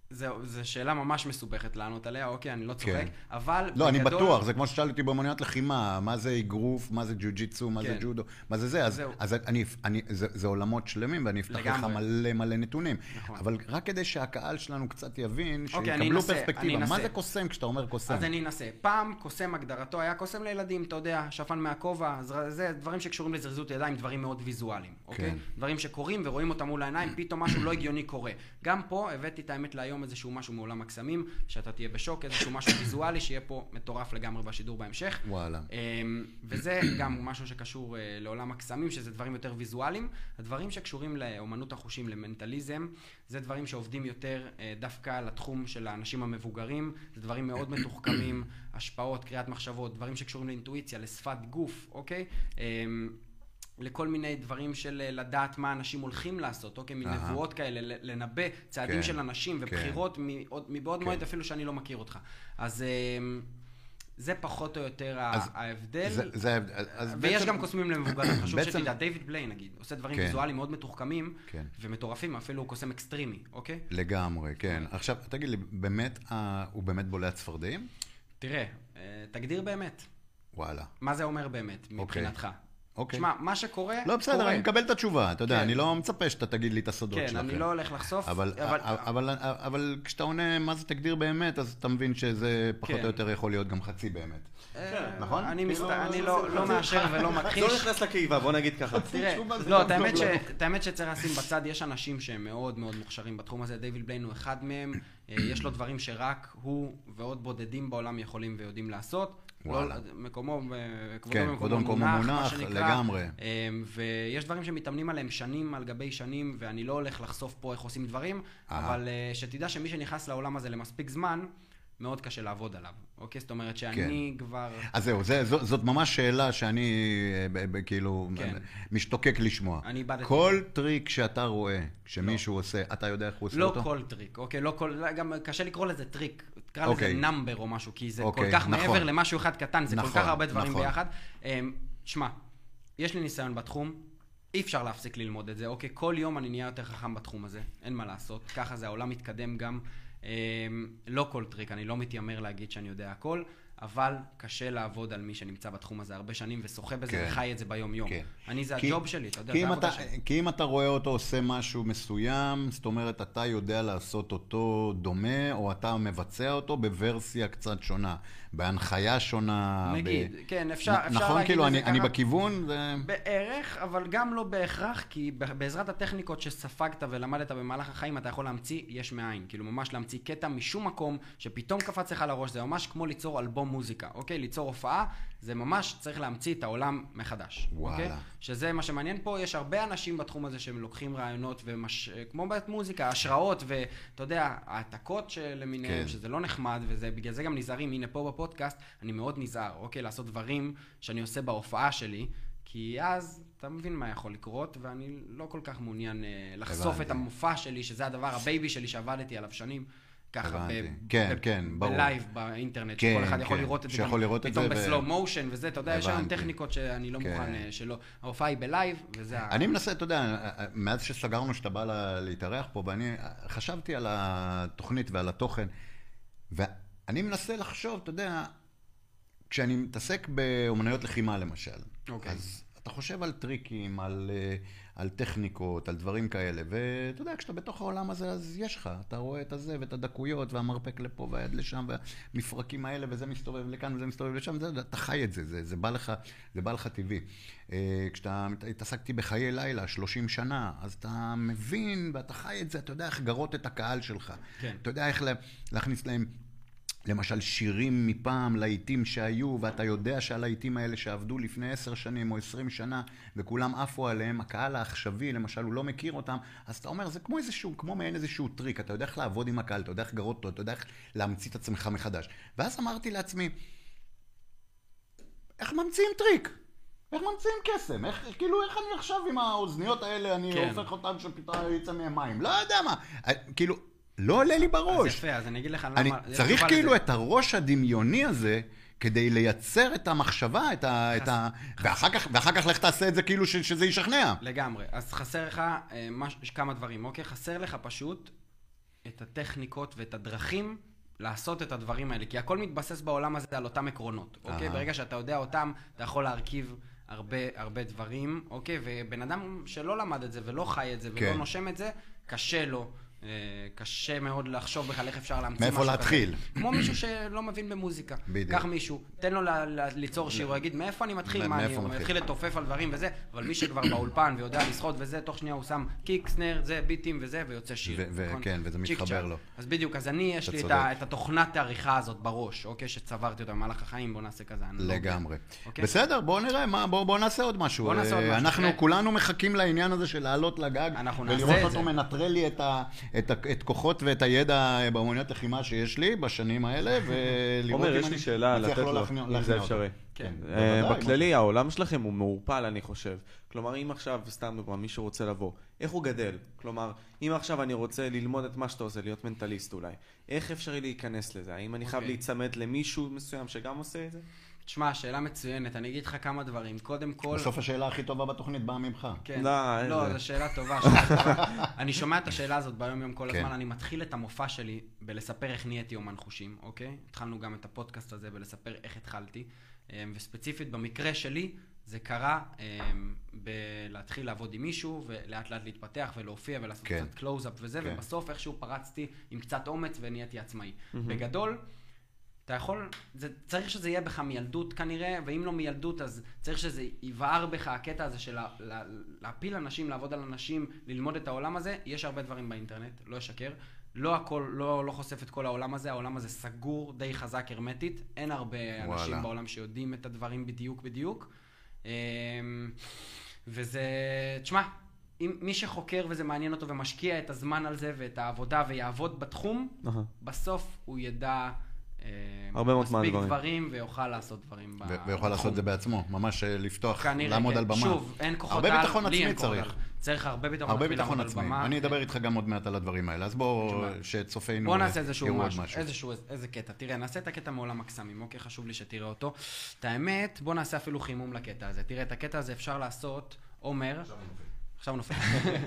זו שאלה ממש מסובכת לענות עליה, אוקיי, אני לא צוחק,
כן.
אבל
לא, אני
בגדול-
בטוח, זה כמו ששאל אותי באמנויות לחימה, מה זה אגרוף, מה זה ג'ו-ג'יצו, מה זה
כן.
ג'ודו, מה זה זה, אז-
זהו.
אז אני, אני- זה זה עולמות שלמים ואני אפתח לך
לגמרי.
מלא מלא נתונים.
נכון.
אבל רק כדי שהקהל שלנו קצת יבין,
אוקיי, אני
שיקבלו
אנסה, אני
פרספקטיבה, מה
אנסה.
זה קוסם כשאתה אומר קוסם?
אז אני אנסה. פעם קוסם הגדרתו היה קוסם לילדים, אתה יודע, שפן מהכובע, זר- זה דברים שקשורים לזרזות ידיים, דברים מאוד ויזואליים, אוקיי?
כן.
דברים שקורים ורואים אותם
[CLEARS THROAT]
מול העיניים, פתאום משהו לא הגיוני קורה. גם פה הבאתי את האמת להיום איזשהו משהו מעולם הקסמים, שאתה תהיה בשוק, איזשהו משהו ויזואלי שיהיה פה מטורף לגמרי בשידור בהמשך.
וואלה.
אמ, וזה גם משהו שקשור אה, לעולם הקסמים, שזה דברים יותר ויזואליים. הדברים שקשורים לאומנות החושים, למנטליזם, זה דברים שעובדים יותר אה, דווקא לתחום של האנשים המבוגרים. זה דברים
[COUGHS]
מאוד מתוחכמים, השפעות, קריאת מחשבות, דברים שקשורים לאינטואיציה, לשפת גוף, אוקיי? אמ, לכל מיני דברים של אה, לדעת מה אנשים הולכים לעשות, אוקיי?
אהה.
מנבואות כאלה, ל- לנבא צעדים
כן,
של אנשים
כן.
ובחירות מבעוד, מבעוד
כן.
מועד אפילו שאני לא מכיר אותך. אז אמ, זה פחות או יותר ה-
אז
ההבדל.
זה- זה ההבדל. אז- אז
ויש
בעצם-
גם
[COUGHS]
קוסמים למבוגרים, חשוב
בעצם-
שתדע, דיוויד בליין נגיד, עושה דברים
כן.
ויזואליים מאוד מתוחכמים
כן.
ומטורפים, אפילו הוא קוסם אקסטרימי, אוקיי?
לגמרי, כן. עכשיו, תגיד לי, באמת, אה, הוא באמת בולע צפרדעים?
תראה, אה, תגדיר באמת,
וואלה.
מה זה אומר באמת מבחינתך.
אוקיי.
שמע, מה שקורה,
לא, בסדר,
קורה.
אני מקבל את התשובה, אתה יודע,
כן.
אני לא מצפה שאתה תגיד לי את הסודות
כן,
שלכם.
אני לא הולך לחשוף,
אבל, אבל, אבל, אבל כשאתה עונה מה זה תגדיר באמת, אז אתה מבין שזה פחות
כן.
או יותר יכול להיות גם חצי באמת.
אה,
נכון?
אני מסת-
כאילו,
אני
זה-
לא
זה-
לא
זה-
מאשר ולא
[LAUGHS]
מכחיש.
לא נכנס לקיבה, בוא נגיד ככה.
תראה,
תשובה זה
לא,
גם
את האמת
טוב
ש-
לנו.
את האמת שצריך לשים בצד, יש אנשים שהם מאוד מאוד מוכשרים בתחום הזה, דיוויד בליין הוא אחד מהם, אה, יש לו דברים שרק הוא ועוד בודדים בעולם יכולים ויודעים לעשות.
וואלה.
לא, מקומו, אה,
כן, כבודו במקומו
מה
מונח,
שנקרא.
לגמרי.
אה, ויש דברים שמתאמנים עליהם שנים על גבי שנים, ואני לא הולך לחשוף פה איך עושים דברים,
אהה.
אבל אה, שתדע שמי שנכנס לעולם הזה למספיק זמן, מאוד קשה לעבוד עליו, אוקיי? זאת אומרת שאני
כן.
כבר...
אז זהו, זה, זו, זאת ממש שאלה שאני אה, ב- ב- כאילו
כן.
אה, משתוקק לשמוע.
אני איבדתי.
כל טריק שאתה רואה, שמישהו עושה, אתה יודע איך הוא עושה
לא
אותו?
כל טריק, אוקיי? לא כל... לא, גם קשה לקרוא לזה טריק. תקרא
אוקיי.
לזה נאמבר או משהו, כי זה כל
אוקיי,
כך
נכון.
מעבר למשהו אחד קטן, זה כל
נכון,
כך הרבה דברים
נכון.
ביחד. אמ, שמע, יש לי ניסיון בתחום, אי אפשר להפסיק ללמוד את זה, אוקיי? כל יום אני נהיה יותר חכם בתחום הזה, אין מה לעשות. ככה זה, העולם מתקדם גם. אמ, לא כל טריק, אני לא מתיימר להגיד שאני יודע הכל. אבל קשה לעבוד על מי שנמצא בתחום הזה הרבה שנים ושוחה בזה
כן.
וחי את זה ביום-יום.
כן.
אני, זה
כי-
הג'וב שלי, אתה יודע,
כי
זה
אם
העבודה
אתה,
שלי.
כי אם אתה רואה אותו עושה משהו מסוים, זאת אומרת, אתה יודע לעשות אותו דומה, או אתה מבצע אותו בוורסיה קצת שונה, בהנחיה שונה.
נגיד, כן, אפשר-
אה, נ-
אפשר
נכון,
להגיד
כאילו,
את
אני,
זה
אני
ככה.
בכיוון, זה...
בערך, אבל גם לא בהכרח, כי ב- בעזרת הטכניקות שספגת ולמדת במהלך החיים, אתה יכול להמציא יש מאין. כאילו, ממש להמציא קטע משום מקום, שפתאום קפץ לך לראש, זה ממש כמו ליצור אלבום מוזיקה, אוקיי? ליצור הופעה, זה ממש צריך להמציא את העולם מחדש.
וואלה.
אוקיי? שזה מה שמעניין פה, יש הרבה אנשים בתחום הזה שהם לוקחים רעיונות, ומש... כמו בעת מוזיקה, השראות, ואתה יודע, העתקות שלמיניהם,
כן.
כן. שזה לא נחמד, ובגלל זה גם נזהרים, הנה פה בפודקאסט, אני מאוד נזהר, אוקיי? לעשות דברים שאני עושה בהופעה שלי, כי אז אתה מבין מה יכול לקרות, ואני לא כל כך מעוניין אה, לחשוף
הבנתי.
את המופע שלי, שזה הדבר הבייבי שלי שעבדתי עליו שנים. ככה,
הבנתי.
ב-
כן,
ב-
כן, ברור.
בלייב באינטרנט,
כן,
שכל אחד יכול
כן,
לראות את זה,
שיכול
גם
לראות את
פתאום
זה ו-
בסלואו מושן וזה, אתה יודע, יש היום
הבנתי.
טכניקות שאני לא
כן.
מוכן אה, שלא. ההופעה היא בלייב, וזה ה...
אני מנסה, אתה יודע, מאז שסגרנו שאתה בא לה- להתארח פה, ואני אה, חשבתי על התוכנית ועל התוכן, ואני מנסה לחשוב, אתה יודע, כשאני מתעסק באומנויות לחימה למשל,
אוקיי.
אז אתה חושב על טריקים, על, אה, על טכניקות, על דברים כאלה, ואתה יודע, כשאתה בתוך העולם הזה, אז יש לך, אתה רואה את הזה ואת הדקויות, והמרפק לפה והיד לשם, והמפרקים האלה, וזה מסתובב לכאן וזה מסתובב לשם, זה, אתה חי את זה, זה, זה, בא, לך, זה בא לך טבעי. אה, כשאתה מת- התעסקתי בחיי לילה 30 שנה, אז אתה מבין ואתה חי את זה, אתה יודע איך לגרות את הקהל שלך.
כן.
אתה יודע איך לה, להכניס להם... למשל שירים מפעם, להיטים שהיו, ואתה יודע שהלהיטים האלה שעבדו לפני עשר שנים או עשרים שנה, וכולם עפו עליהם, הקהל העכשווי, למשל, הוא לא מכיר אותם, אז אתה אומר, זה כמו איזשהו, כמו מעין איזשהו טריק, אתה יודע איך לעבוד עם הקהל, אתה יודע איך לגרות אותו, אתה יודע איך להמציא את עצמך מחדש. ואז אמרתי לעצמי, איך ממציאים טריק? איך ממציאים קסם? איך, כאילו, איך אני עכשיו עם האוזניות האלה, אני
כן.
הופך אותן שפתאום יצא מהם מים? לא יודע מה. אה, כאילו, לא עולה לי
אז
בראש.
יפה, אז אני אגיד לך למה...
אני
יש
צריך
תשובה
כאילו
לזה.
את הראש הדמיוני הזה כדי לייצר את המחשבה, את ה... את ה... ואחר כך- ואחר כך לך תעשה את זה כאילו ש- שזה ישכנע.
לגמרי. אז חסר לך אה, מש... כמה דברים, אוקיי? חסר לך פשוט את הטכניקות ואת הדרכים לעשות את הדברים האלה. כי הכל מתבסס בעולם הזה על אותם עקרונות, אוקיי?
אהה.
ברגע שאתה יודע אותם, אתה יכול להרכיב הרבה הרבה דברים, אוקיי? ובן אדם שלא למד את זה ולא חי את זה ולא
כן.
נושם את זה, קשה לו. אה, קשה מאוד לחשוב בכלל איך אפשר להמציא
מאיפה
משהו כזה.
להתחיל?
כמו מישהו שלא מבין במוזיקה.
בדיוק.
קח מישהו, תן לו ל- ל- ליצור שיר, הוא יגיד מאיפה אני מתחיל,
מ-
מה אני...
מאיפה הוא
הוא
מתחיל?"
יתחיל לתופף על דברים וזה, אבל מי שכבר באולפן ויודע לשחות וזה, תוך שנייה הוא שם קיק, סנר, זה, ביטים וזה, ויוצא שיר.
ו- ו-
נכון?
כן, וזה
צ'יק
מתחבר
צ'אק.
לו.
אז בדיוק, אז אני, יש
אתה
לי את
צודק.
ה- את התוכנת העריכה הזאת בראש, אוקיי? שצברתי אותה במהלך החיים, בוא נעשה כזה. אנלוגיה.
לגמרי.
אוקיי?
בסדר, בואו נראה, מה- בואו בואו נעשה עוד משהו.
בואו נעשה עוד
אה,
משהו,
אנחנו
כן.
כולנו מחכים לעניין הזה של לעלות לגג,
אנחנו נעשה
ולראות
את
אותו
זה.
מנטרל לי את ה- את ה- את כוחות ואת הידע באמנויות לחימה שיש לי בשנים
[LAUGHS]
האלה, ולראות אם
עומר,
אני...
יש לי שאלה
מצליח
לתת
לא
לו,
להכניע-
אם
להכניע
זה
אותו.
אפשרי.
כן.
אה,
בוודאי,
בכללי, העולם שלכם הוא מעורפל, אני חושב. כלומר, אם עכשיו, סתם דוגמא, מישהו רוצה לבוא, איך הוא גדל? כלומר, אם עכשיו אני רוצה ללמוד את מה שאתה עושה, להיות מנטליסט אולי, איך אפשרי להיכנס לזה? האם אני חייב
אוקיי.
להיצמד למישהו מסוים שגם עושה את זה?
תשמע, שאלה מצוינת, אני אגיד לך כמה דברים. קודם כל...
בסוף השאלה הכי טובה בתוכנית באה ממך.
כן.
לא,
לא,
אין
לא
זה.
זו שאלה טובה.
[LAUGHS]
שאלה טובה. אני שומע את השאלה הזאת ביום-יום כל
כן.
הזמן. אני מתחיל את המופע שלי בלספר איך נהייתי אומן חושים, אוקיי? התחלנו גם את הפודקאסט הזה בלספר איך התחלתי. אמ, וספציפית, במקרה שלי, זה קרה אמ, בלהתחיל לעבוד עם מישהו, ולאט לאט להתפתח ולהופיע ולעשות
כן.
קצת קלוז-אפ וזה,
כן.
ובסוף איכשהו פרצתי עם קצת אומץ ונהייתי עצמאי. בגדול, אתה יכול, זה, צריך שזה יהיה בך מילדות כנראה, ואם לא מילדות אז צריך שזה יבער בך הקטע הזה של לה, לה, להפיל אנשים, לעבוד על אנשים, ללמוד את העולם הזה. יש הרבה דברים באינטרנט, לא אשקר. לא הכל, לא, לא חושף את כל העולם הזה, העולם הזה סגור די חזק הרמטית. אין הרבה וואלה.
וואלה.
אנשים בעולם שיודעים את הדברים בדיוק בדיוק. אמ, וזה, תשמע, אם, מי שחוקר וזה מעניין אותו ומשקיע את הזמן על זה ואת העבודה ויעבוד בתחום,
אהה.
בסוף הוא ידע אה,
הרבה מאוד
מספיק
מהדברים.
דברים ויוכל לעשות דברים. ב-
ו- ויכול לעשות את זה בעצמו, ממש אה, לפתוח,
כנראה,
לעמוד
כן.
על במה.
שוב, אין כוחות
הרבה
על,
ביטחון
לי
עצמי
אין כוחות
צריך.
על. צריך הרבה ביטחון
הרבה
עצמי
ביטחון
לעמוד על
עצמי.
במה.
אני אדבר איתך גם עוד מעט על הדברים האלה, אז בואו,
תשמע.
שצופינו
בוא
אה,
נעשה איזשהו
יראו עוד
משהו, איזשהו, איזה קטע. תראה, נעשה את הקטע מעולם הקסמים, אוקיי? חשוב לי שתראה אותו. את האמת, בוא נעשה אפילו חימום לקטע הזה. תראה, את הקטע הזה אפשר לעשות, עומר... עכשיו נופל.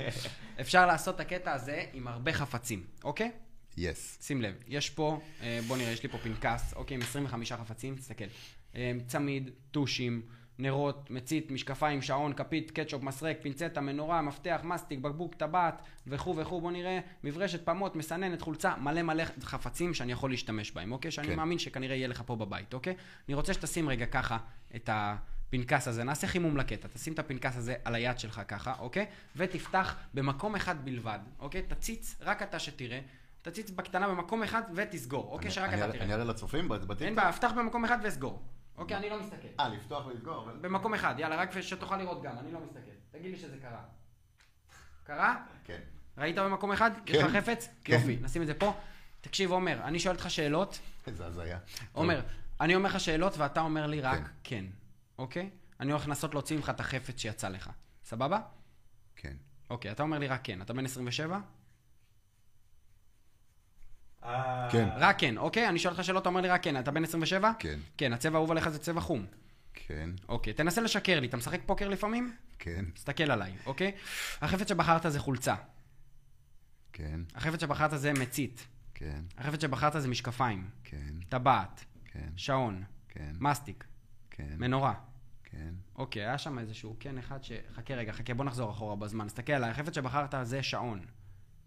[LAUGHS] אפשר לעשות את הקטע הזה עם הרבה חפצים, אוקיי?
יס.
שים לב, יש פה, אה, בוא נראה, יש לי פה פנקס, אוקיי, עם 25 חפצים, תסתכל. אה, צמיד, טושים, נרות, מצית, משקפיים, שעון, כפית, קטשופ, מסרק, פינצטה, מנורה, מפתח, מסטיק, בקבוק, טבעת, וכו' וכו', בוא נראה, מברשת, פמות, מסננת, חולצה, מלא מלא חפצים שאני יכול להשתמש בהם, אוקיי? שאני
כן.
מאמין שכנראה יהיה לך פה בבית, אוקיי? אני רוצה שתשים רגע ככה את הפנקס הזה, נעשה חימום לקטע, תשים את הפנקס הזה על היד שלך ככה, אוקיי? ותפתח במקום אחד בלבד, אוקיי? תציץ, רק אתה שתראה, תציץ בקטנה במקום אחד ותסגור, אוקיי? שרק
אני-
אתה
אני-
תראה.
אני אראה לצופים בטיקטוק.
אין בעיה, פתח במקום אחד וסגור. אוקיי, אני לא מסתכל.
אה, לפתוח ולסגור, אבל...
במקום אחד, יאללה, רק שתוכל לראות גם, אני לא מסתכל. תגיד לי שזה קרה. קרה?
כן.
ראית במקום אחד?
כן.
יש לך חפץ?
כן.
יופי, נשים את זה פה. תקשיב, עומר, אני שואל אותך שאלות,
איזה הזיה.
עומר, אני אומר לך שאלות ואתה אומר לי רק
כן.
כן, אוקיי? אני הולך לנסות להוציא ממך את החפץ שיצא לך, סבבה?
כן.
אוקיי, אתה אומר לי רק כן, אתה בן 27?
כן.
רק כן, אוקיי? אני שואל אותך שאלות, אתה אומר לי רק כן, אתה בן 27?
כן.
כן, הצבע האהוב עליך זה צבע חום.
כן.
אוקיי, תנסה לשקר לי, אתה משחק פוקר לפעמים?
כן.
תסתכל עליי, אוקיי? החפץ שבחרת זה חולצה,
כן.
החפץ שבחרת זה מצית,
כן.
החפץ שבחרת זה משקפיים,
כן.
טבעת,
כן.
שעון,
כן.
מסטיק,
כן.
מנורה.
כן.
אוקיי, היה שם איזשהו כן אחד ש... חכה רגע, חכה, בוא נחזור אחורה בזמן. תסתכל עליי, החפץ שבחרת זה שעון,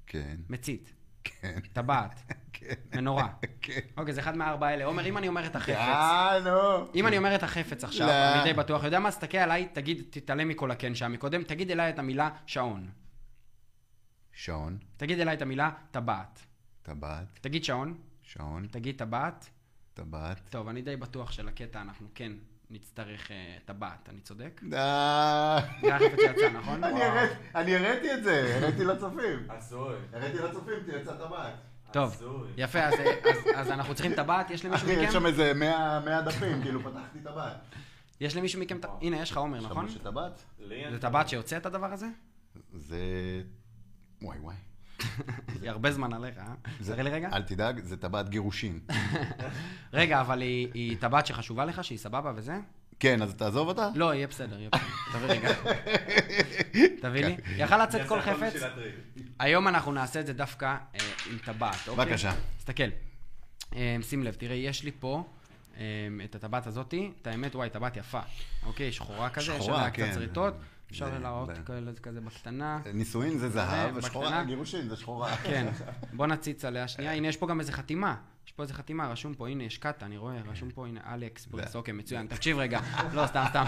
כן.
מצית,
כן.
טבעת,
[LAUGHS] כן.
מנורה.
כן.
אוקיי, זה אחד מהארבע האלה. עומר, אם אני אומר את החפץ,
אה, נו.
אם אני אומר את החפץ עכשיו,
לא.
אני די בטוח, יודע מה? תסתכל עליי, תגיד, תתעלם מכל הכן שהיה מקודם, תגיד אליי את המילה שעון.
שעון,
תגיד אליי את המילה טבעת.
טבעת,
תגיד שעון,
שעון,
תגיד טבעת.
טבעת.
טוב, אני די בטוח שלקטע אנחנו כן נצטרך אה, טבעת, אני צודק?
אה,
זה החפץ שיצא, נכון?
אני הראת- אני הראתי את זה, הראתי לצופים.
הזוי.
הראתי לצופים, תרצה טבעת.
טוב,
הזוי.
יפה, אז, אה, אז- אז אנחנו צריכים טבעת, יש למישהו
אחי, יש
מכם?
שם איזה 100 100 דפים, כאילו פתחתי טבעת.
יש למישהו מכם, ט- הנה, יש לך עומר, נכון?
שמעו שטבעת?
לי
זה טבעת שיוצא את הדבר הזה?
זה... וואי וואי.
[LAUGHS] היא הרבה זמן עליך, אה?
זה-
תראה לי רגע.
אל תדאג, זה טבעת גירושין.
רגע, אבל היא היא טבעת שחשובה לך, שהיא סבבה וזה?
כן, אז תעזוב אותה?
לא, יהיה בסדר, יהיה
[LAUGHS]
בסדר. תביא רגע. תביא לי.
כן.
יכל לצאת כל חפץ? היום אנחנו נעשה את זה דווקא אה, עם טבעת, אוקיי?
בבקשה.
תסתכל. אה, שים לב, תראה, יש לי פה אה, את הטבעת הזאתי. את האמת, וואי, טבעת יפה. אוקיי, שחורה כזה, יש
שחורה,
עליה
כן.
קצת שריטות.
זה-
אפשר להראות
זה-
כאלה- כזה בקטנה.
נישואין זה זהב,
זה,
ושחורה,
בקטנה.
גירושין זה שחורה.
אה,
[LAUGHS]
כן, בוא נציץ עליה שנייה. הנה, יש פה גם איזה חתימה. יש פה איזה חתימה, רשום פה, הנה, השקעת, אני רואה, רשום פה, הנה, אלכס פריס, אוקיי, מצוין. תקשיב
[LAUGHS]
רגע, לא, סתם, סתם.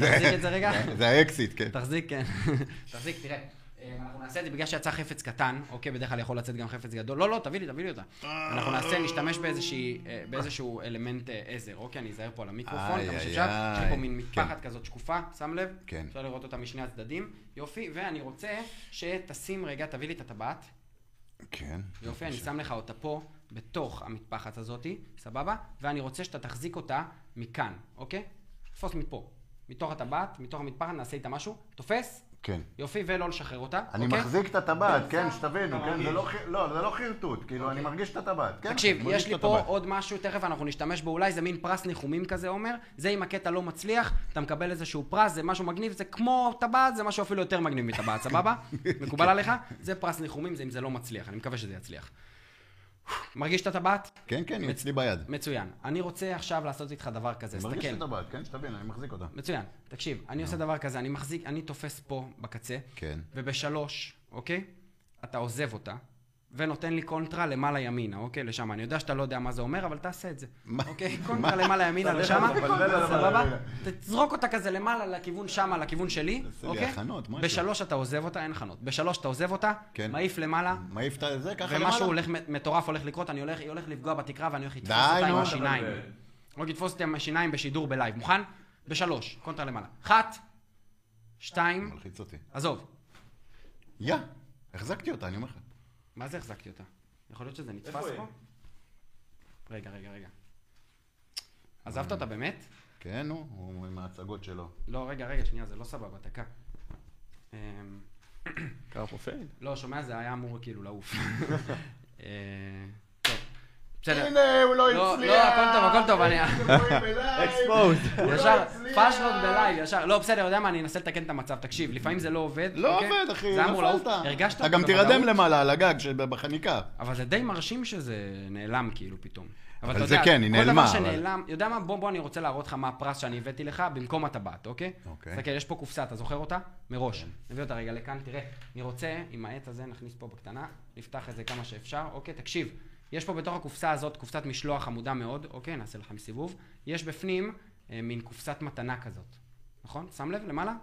תחזיק את זה רגע.
זה האקסיט, כן.
תחזיק, כן. [LAUGHS] תחזיק, תראה. אה, אנחנו נעשה את זה בגלל שיצא חפץ קטן, אוקיי, בדרך כלל יכול לצאת גם חפץ גדול. לא, לא, תביא לי, תביא לי אותה. אנחנו נעשה, נשתמש באיזושהי, אה, באיזשהו אלמנט אה, עזר, אוקיי? אני אזהר פה על המיקרופון,
איי,
כמה
איי,
שאפשר. יש לי פה
איי.
מין
כן.
מטפחת כזאת שקופה, שם לב?
כן.
אפשר לראות אותה משני הצדדים. יופי, ואני רוצה שתשים רגע, תביא לי את הטבעת.
כן.
יופי, אני שם לך אותה פה, בתוך המטפחת הזאתי, סבבה? ואני רוצה שאתה תחזיק אותה מכאן, אוקיי? תפוס מפה. מתוך הטבעת, מתוך המטפחת, נעשה איתה משהו. תופס?
כן.
יופי, ולא לשחרר אותה,
אני
אוקיי?
מחזיק את הטבעת, כן, שתבינו,
אתה
כן, זה
מרגיש. אוקיי.
לא חיר- לא, זה לא חרטוט, כאילו, אני מרגיש את הטבעת, כן?
תקשיב,
אני מרגיש
יש לי
את
פה
הטבעת.
עוד משהו, תכף אנחנו נשתמש בו אולי, זה מין פרס ניחומים כזה, עומר. זה אם הקטע לא מצליח, אתה מקבל איזשהו פרס, זה משהו מגניב, זה כמו טבעת, זה משהו אפילו יותר מגניב
[LAUGHS]
מטבעת, סבבה?
כן.
מקובל עליך? זה פרס ניחומים, זה אם זה לא מצליח, אני מקווה שזה יצליח. מרגיש את הטבעת?
כן, כן, היא אצלי ביד.
מצוין. אני רוצה עכשיו לעשות איתך דבר כזה,
אני מרגיש
תסתכל.
את הטבעת, כן, שתבין, אני מחזיק אותה.
מצוין. תקשיב, אני עושה דבר כזה, אני מחזיק, אני תופס פה בקצה,
כן.
ובשלוש, אוקיי? אתה עוזב אותה, ונותן לי קונטרה למעלה ימינה, אוקיי? לשם. אני יודע שאתה לא יודע מה זה אומר, אבל תעשה את זה.
מה?
אוקיי? קונטרה למעלה ימינה,
אתה
לשם,
מבלבל למעלה
סבבה?
ימינה.
תזרוק אותה כזה למעלה, לכיוון שמה, לכיוון שלי,
תעשה לי
אוקיי?
הכנות, משהו.
בשלוש אתה עוזב אותה, אין הכנות. בשלוש אתה עוזב אותה,
כן.
מעיף למעלה,
מעיף את זה ככה למעלה?
ומשהו הולך, מטורף הולך לקרות, אני הולך, היא הולכת לפגוע בתקרה ואני הולך לתפוס
די,
אותה עם
נו.
השיניים.
אתה מבלבל.
הולך לתפוס אותה עם השיניים בשידור בלייב. מוכן? בשלוש, קונטרה למעלה. אחת, שתיים,
מלחיץ אותי.
עזוב.
יא, החזקתי אותה, אני אומר לך.
מה זה החזקתי אותה? יכול להיות שזה נתפס
איפה
פה?
היא?
רגע, רגע, רגע. עזבת אותה באמת?
כן, נו, הוא עם ההצגות שלו.
לא, רגע, רגע, שנייה, זה לא סבבה, דקה. אמ,
קרה פה פייל.
לא, שומע, זה היה אמור כאילו לעוף. [LAUGHS] אה, טוב, בסדר.
הנה, הוא לא
לא,
הצליח!
לא, הכל טוב, הכל
[LAUGHS]
טוב, אני...
אקספוז.
ישר, פאשלות בלייב, ישר, לא, בסדר, יודע מה, אני אנסה לתקן את המצב, תקשיב, לפעמים זה לא עובד.
לא
אוקיי?
עובד, אחי,
זה אמור לעוף,
נפלת.
הרגשת
אתה גם
בוודאות,
תירדם למעלה על הגג שבחניקה.
אבל זה די מרשים שזה נעלם כאילו פתאום. אבל
אבל
אתה
זה
יודע,
כן, היא
כל דבר
נעלמה, אבל-
שנעלם, יודע מה, בוא, בוא, אני רוצה להראות לך מה הפרס שאני הבאתי לך במקום הטבעת, אוקיי?
אוקיי. כן.
תסתכל, יש פה קופסה, אתה זוכר אותה? מראש. נביא אותה רגע לכאן, תראה. אני רוצה, עם העט הזה, נכניס פה בקטנה, נפתח את זה כמה שאפשר, אוקיי? תקשיב, יש פה בתוך הקופסה הזאת קופסת משלוח חמודה מאוד, אוקיי? נעשה לכם סיבוב. יש בפנים אה, מין קופסת מתנה כזאת, נכון? שם לב? למעלה?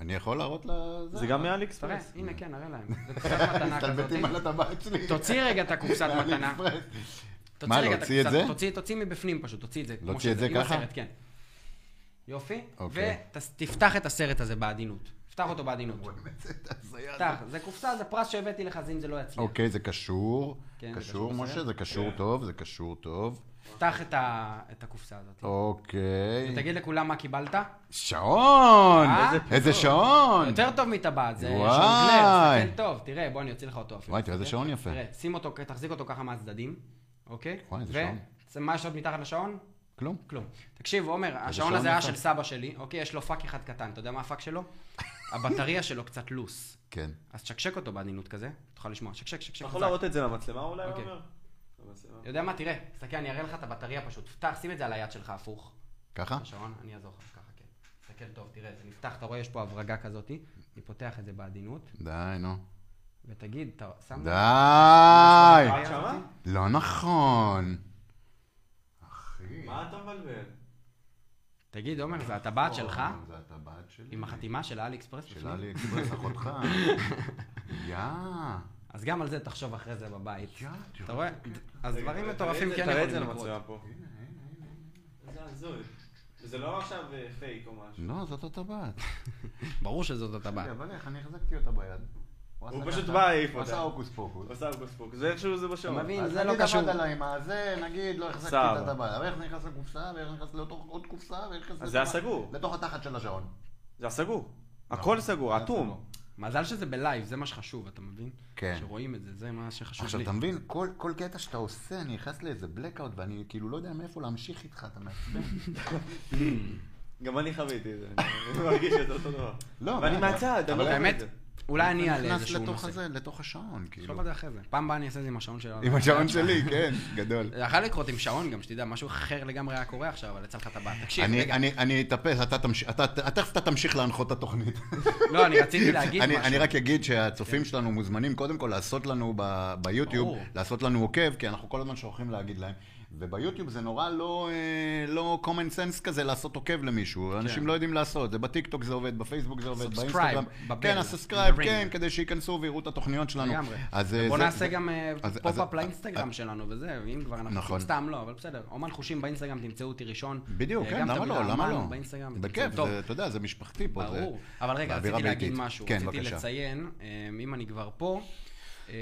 אני יכול להראות לה...
זה גם
תראה,
מאליקספרס.
אה.
הנה, כן, נראה להם. זה קופסת מתנה כזאת.
מסתלבטים על הטבעת
[LAUGHS]
שלי.
תוציא רגע את הקופסת מתנה.
מאלי-אקספרס.
תוציא
מה,
רגע
להוציא את
הקופסה,
זה?
תוציא, תוציא מבפנים פשוט, תוציא את זה. כמו
להוציא את זה
עם
ככה?
הסרט, כן. יופי.
אוקיי.
ותפתח את הסרט הזה בעדינות. תפתח אותו בעדינות.
באמת, זה את ההזיה הזאת.
תפתח, זה קופסה, זה פרס שהבאתי לך, אז אם זה לא יצליח.
אוקיי, זה קשור.
כן, זה
קשור,
קשור
משה,
בסדר.
זה קשור
כן.
טוב, זה קשור טוב.
תפתח את ה- את הקופסה הזאת.
אוקיי.
תגיד לכולם מה קיבלת?
שעון!
אה?
איזה שעון!
יותר טוב מטבעת, זה
וואי.
שונגלר, תסתכל טוב, תראה, בוא אני אוציא לך אותו אפילו.
וואי, תראה איזה
תסתכל.
שעון יפה.
כן, תראה, שים אותו, תחזיק אותו ככה מהצדדים, אוקיי?
וואי, איזה
ו-
שעון.
זה- מה יש עוד מתחת לשעון?
כלום.
כלום. תקשיב, עומר, השעון
שעון
הזה היה
יפה.
של סבא שלי, אוקיי? יש לו פאק אחד קטן, אתה יודע מה הפאק שלו? הבטריה שלו קצת לוס.
כן.
אז תשקשק אותו בעדינות כזה, תוכל לשמוע. שקשק, שקשק.
אתה יכול
חזק.
להראות את זה למצלמה אולי,
אוקיי.
עומר? למצלמה.
יודע מה, תראה, תסתכל, אני אראה לך את הבטריה פשוט. פתח, שים את זה על היד שלך הפוך.
ככה?
השעון, אני אעזור לך ככה, כן. תסתכל טוב, תראה, זה נפתח, אתה רואה, יש פה הברגה כזאתי. אני פותח את זה בעדינות,
די, נו.
ותגיד, אתה שם... לב?
די!
רק שמה?
לא נכון. אחי.
מה אתה מבלבל?
תגיד, עומר, זה הטבעת שלך?
לא, זה הטבעת שלי.
עם החתימה של האלי אקספרס?
של
בפנים?
עלי אקספרס,
[LAUGHS]
אחותך. יא.
אז גם על זה תחשוב אחרי זה בבית.
יא,
אתה
תראה.
רואה? אז דברים מטורפים כן
תראה את זה
יכולים לקרות.
למצלמה פה. זה הזוי. זה לא עכשיו אה, פייק או משהו.
לא, זאת הטבעת.
ברור שזאת הטבעת.
אבל איך, אני החזקתי אותה ביד.
הוא
עשה
פשוט
ככה.
בא, העיף
הוא
אותה.
עשה הוקוס פוקוס.
עושה אוגוס פוק. זה איכשהו זה בשעון.
אתה מבין?
אז
זה לא
נגיד
קשור.
עבד עליי עם הזה, נגיד לא החזקתי
סבבה.
את הטבעת. אבל איך זה נכנס לקופסה, ואיך נכנס לתוך עוד קופסה, ואיך נכנס...
אז זה היה
לתוך-
סגור.
לתוך התחת של השעון.
לא, זה הסגור. הכל סגור,
זה
אטום.
הסגור.
מזל שזה בלייב, זה מה שחשוב, אתה מבין?
כן.
שרואים את זה, זה מה שחשוב
עכשיו,
לי.
אתה מבין, כל, כל קטע שאתה עושה, אני נכנס לאיזה blackout ואני כאילו לא יודע מאיפה להמשיך איתך, אתה מעצבן.
גם אני חוויתי את זה, [LAUGHS] אני מרגיש את זה אותו דבר.
לא,
ואני
מה,
מהצד, אני
אבל
לא חווה
האמת,
את זה.
[LAUGHS] אולי אני
אתה
אעלה
נכנס
איזשהו
לתוך
נושא.
הזה, לתוך השעון, כאילו.
תחשוב על זה אחרי זה. פעם הבאה אני אעשה את זה עם השעון שלנו.
עם השעון שלי, כן, גדול.
זה יכול לקרות עם שעון גם, שתדע, משהו אחר לגמרי היה קורה עכשיו, אבל יצא לך טבעת. תקשיב,
אני-
רגע.
אני אני אתאפס, אתה תמשיך, אתה- אתה- תכף אתה תמשיך להנחות את התוכנית.
לא, אני רציתי להגיד
אני- אני
משהו. כן.
רק אגיד שהצופים שלנו מוזמנים קודם כל לעשות לנו ב- ביוטיוב,
ברור.
לעשות לנו עוקב, כי אנחנו כל הזמן שוכחים להגיד להם. וביוטיוב זה נורא לא, אה, לא common sense כזה לעשות עוקב למישהו, אנשים לא יודעים לעשות, זה בטיקטוק זה עובד, בפייסבוק זה עובד,
כן. Subscribe,
באינסטגרם.
בבל,
כן, הסאסקרייב,
ring.
כן, כדי שייכנסו ויראו את התוכניות שלנו.
לגמרי.
אז, אה,
בוא
זה-
נעשה
זה-
גם אה,
אז- אז-
פופ-אפ
אז-
לאינסטגרם שלנו וזה, אם כבר
נכון.
אנחנו סתם לא, אבל בסדר. אומן חושים באינסטגרם, תמצאו אותי ראשון.
בדיוק,
אה,
כן,
גם
למה
את
לא,
המילה
למה
אמן
לא?
באינסטגרם, ותמצאו.
בכיף,
טוב,
זה- אתה יודע, זה משפחתי פה. זה-
ברור. אבל רגע,
אה, באווירה
רציתי להגיד
ביתית.
משהו.
כן,
רציתי
בבקשה.
לציין, אמ, אם אני כבר פה, אמ,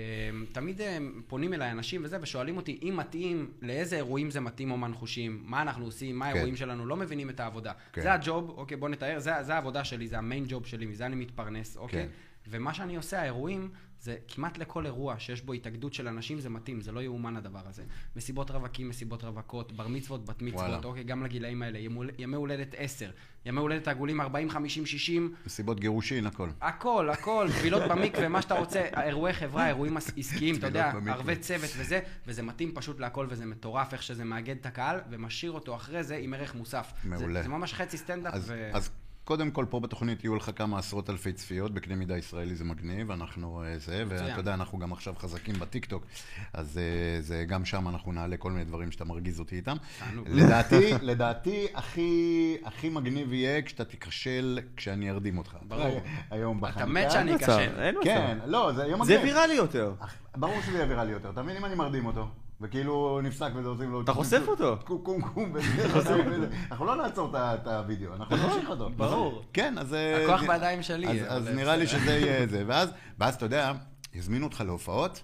תמיד אמ, פונים אליי אנשים וזה, ושואלים אותי אם מתאים, לאיזה אירועים זה מתאים אומן חושים, מה אנחנו עושים, מה האירועים שלנו, לא מבינים את העבודה.
כן.
זה הג'וב, אוקיי, בוא נתאר, זה זה העבודה שלי, זה המיין ג'וב שלי, מזה אני מתפרנס, אוקיי?
כן.
ומה שאני עושה, האירועים, זה כמעט לכל אירוע שיש בו התאגדות של אנשים, זה מתאים, זה לא יאומן הדבר הזה. מסיבות רווקים, מסיבות רווקות, בר מצוות, בת
וואלה.
מצוות, אוקיי, גם לגילאים האלה, ימול- ימי הולדת 10, ימי הולדת עגולים 40, 50, 60,
מסיבות גירושין, הכל.
הכל, הכל, טבילות במקווה, מה שאתה רוצה, אירועי חברה, אירועים עסקיים, אתה יודע,
טבילות במקווה.
ערבי צוות וזה, וזה מתאים פשוט להכל וזה מטורף, איך שזה מאגד את הקהל, ומשאיר אותו אחרי זה עם ערך מוסף. זה-
מעולה.
זה ממש חצי סטנדאפ,
אז,
ו...
אז קודם כל, פה בתוכנית יהיו לך כמה עשרות אלפי צפיות, בקנה מידה ישראלי זה מגניב, אנחנו אה, זה, ואתה
מצוין.
יודע, אנחנו גם עכשיו חזקים בטיקטוק, אז אה, זה גם שם אנחנו נעלה כל מיני דברים שאתה מרגיז אותי איתם.
תענוג. [LAUGHS]
לדעתי, לדעתי, הכי, הכי מגניב יהיה כשאתה תיכשל, כשאני ארדים אותך.
ברור.
היום בחניקה.
אתה מת שאני
מצב,
אכשל.
אין
כן,
מצב.
לא, זה יהיה
זה
מגניב.
ויראלי יותר.
אך- ברור שזה יהיה ויראלי יותר, אתה מבין אם אני מרדים אותו? וכאילו נפסק וזה עושים לו...
אתה חושף אותו.
קום קום קום
[LAUGHS]
וזה, וזה. אנחנו לא נעצור את ה- את הוידאו, אנחנו נמשיך אותו.
נכון, ברור.
כן, אז... אה,
הכוח
נ-
בידיים שלי,
אז-
אבל
אז
בסדר.
נראה לי שזה יהיה זה. ואז, ואז אתה יודע, יזמינו אותך להופעות.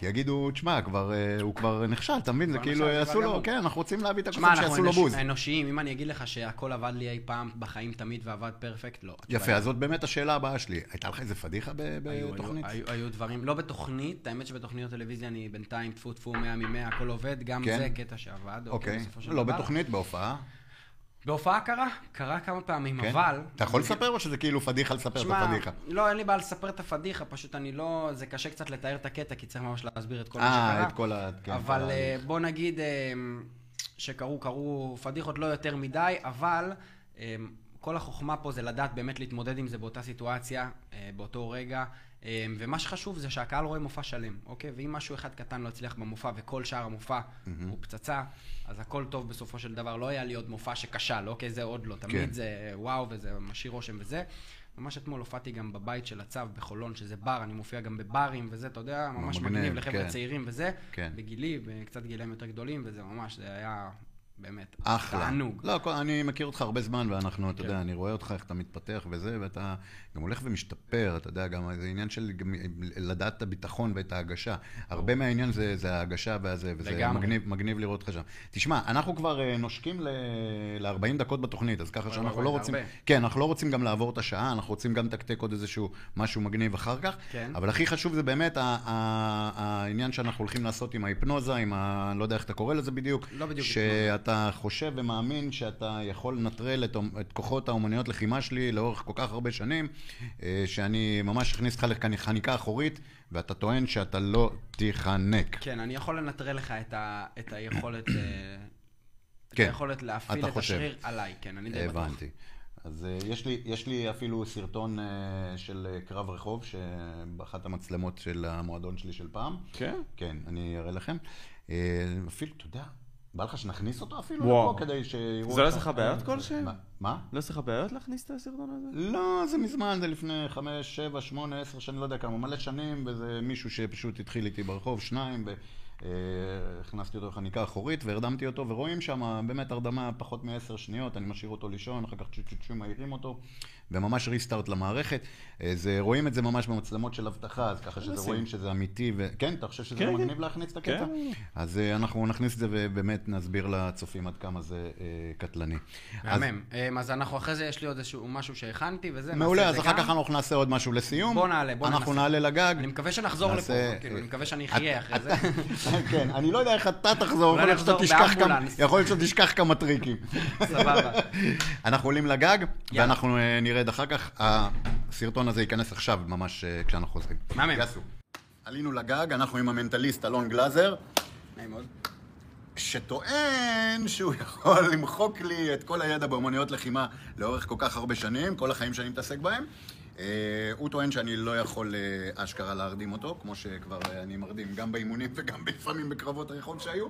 כי יגידו, תשמע, כבר, אה, הוא כבר נכשל, אתה מבין? זה
כבר
כאילו
נכשל, זה
יעשו
כבר
לו,
גמור.
כן, אנחנו רוצים להביא את
שמע,
הקוסם שיעשו
אנחנו
לו
אנוש...
בוז.
אנושיים, אם אני אגיד לך שהכל עבד לי אי פעם, בחיים תמיד ועבד פרפקט, לא. התשובה
יפה, אז זאת באמת השאלה הבאה שלי. הייתה לך איזה פדיחה ב-
היו,
בתוכנית?
היו, היו, היו דברים, לא בתוכנית, האמת שבתוכניות טלוויזיה אני בינתיים טפו טפו 100 מ-100, הכל עובד, גם
כן?
זה קטע שעבד,
אוקיי.
בסופו של
לא
דבר.
בתוכנית, בהופעה.
בהופעה קרה, קרה כמה פעמים,
כן?
אבל...
אתה יכול לספר או שזה כאילו פדיחה לספר את הפדיחה?
לא, אין לי בעיה לספר את הפדיחה, פשוט אני לא... זה קשה קצת לתאר את הקטע, כי צריך ממש להסביר את כל מה שקרה.
אה, את כל ה... כן,
אבל
כל
אה,
ה-
בוא נגיד אה, שקרו, קרו פדיחות לא יותר מדי, אבל אה, כל החוכמה פה זה לדעת באמת להתמודד עם זה באותה סיטואציה, אה, באותו רגע. אה, ומה שחשוב זה שהקהל רואה מופע שלם, אוקיי? ואם משהו אחד קטן לא הצליח במופע וכל שאר המופע הוא פצצה, אז הכל טוב בסופו של דבר. לא היה לי עוד מופע שכשל, אוקיי? זה עוד לא.
כן.
תמיד זה וואו וזה משאיר רושם וזה. ממש אתמול הופעתי גם בבית של הצו בחולון, שזה בר, אני מופיע גם בברים וזה, אתה יודע, ממש
מגניב,
מגניב לחבר'ה
כן.
צעירים. צעירים וזה,
כן.
בגילי, קצת גילאים יותר גדולים, וזה ממש, זה היה באמת
אחלה.
תענוג.
לא, כל- אני מכיר אותך הרבה זמן, ואנחנו, אתה
כן.
יודע, אני רואה אותך, איך אתה מתפתח וזה, ואתה גם הולך ומשתפר, אתה יודע, גם זה עניין של גם לדעת את הביטחון ואת ההגשה. הרבה מהעניין זה זה ההגשה והזה, וזה
לגמרי.
מגניב- מגניב לראות אותך שם. תשמע, אנחנו כבר אה, נושקים ל-40 דקות בתוכנית, אז ככה
וואי,
שאנחנו
וואי,
לא
זה
רוצים...
הרבה.
כן, אנחנו לא רוצים גם לעבור את השעה, אנחנו רוצים גם לתקתק עוד איזשהו משהו מגניב אחר כך.
כן.
אבל הכי חשוב זה באמת ה- ה- העניין שאנחנו הולכים לעשות עם ההיפנוזה, עם ה... אני לא יודע איך אתה קורא לזה בדיוק.
לא בדיוק
ש- אתה חושב ומאמין שאתה יכול לנטרל את, את כוחות האומנויות לחימה שלי לאורך כל כך הרבה שנים, אה, שאני ממש אכניס אותך לחניקה אחורית, ואתה טוען שאתה לא תיחנק.
כן, אני יכול לנטרל לך את, ה, את היכולת, אה,
כן.
את היכולת להפעיל
אתה
את
חושב.
השריר עליי, כן, אני די בטוח.
אה, הבנתי. אז אה, יש לי, יש לי אפילו סרטון אה, של אה, קרב רחוב, שבאחת המצלמות של המועדון שלי של פעם.
כן?
כן, אני אראה לכם. אה, אפילו, אתה יודע, בא לך שנכניס אותו אפילו?
וואו.
לפה כדי שיראו
זה לא
אותך?
עושה לך בעיות כלשהן?
מה- מה?
לא צריך לך בעיות להכניס את הסרטון הזה?
לא, זה מזמן, זה לפני חמש, שבע, שמונה, עשר שנים, לא יודע כמה, מלא שנים, וזה מישהו שפשוט התחיל איתי ברחוב, שניים, ו... אה, הכנסתי אותו לחניקה אחורית והרדמתי אותו, ורואים שם באמת הרדמה פחות מעשר שניות, אני משאיר אותו לישון, אחר כך צ'וצ'וצ'ים מעירים אותו, וממש ריסטארט למערכת. אה, זה, רואים את זה ממש במצלמות של אבטחה, אז ככה שזה
נשים.
רואים שזה אמיתי, ו... כן, אתה חושב שזה
כן, כן.
מגניב להכניס את הקטע?
כן.
אז אה, אנחנו נכניס את זה ובאמת נסביר לצופים עד כמה זה אה, קטלני. אז-
מהמם. אמ, אז אנחנו אחרי זה, יש לי עוד איזשהו משהו שהכנתי וזה.
מעולה,
נעשה את
אז
זה
אחר
גם.
כך אנחנו נעשה עוד משהו לסיום.
בוא נעלה, בוא
אנחנו
ננסה.
נעלה לגג.
אני מקווה שנחזור לפה,
נעשה-
כאילו, אני מקווה שאני
אתה-
אחיה אחרי זה. [LAUGHS]
[LAUGHS] כן, אני לא יודע איך אתה תחזור,
אולי
יכול להיות שאתה
נחזור
תשכח כמה-
באמבולנס.
יכול להיות שאתה תשכח כמה
[LAUGHS]
טריקים.
סבבה.
אנחנו עולים לגג, ואנחנו אה, נרד אחר כך. הסרטון הזה ייכנס עכשיו, ממש אה, כשאנחנו חוזרים.
מהמם.
יעשו. עלינו לגג, אנחנו עם המנטליסט אלון גלאזר,
נעים מאוד.
שטוען שהוא יכול [LAUGHS] למחוק לי את כל הידע באומנויות לחימה לאורך כל כך הרבה שנים, כל החיים שאני מתעסק בהם. אה, הוא טוען שאני לא יכול אה, אשכרה להרדים אותו, כמו שכבר אה, אני מרדים גם באימונים וגם [LAUGHS] לפעמים בקרבות הרחוב שהיו.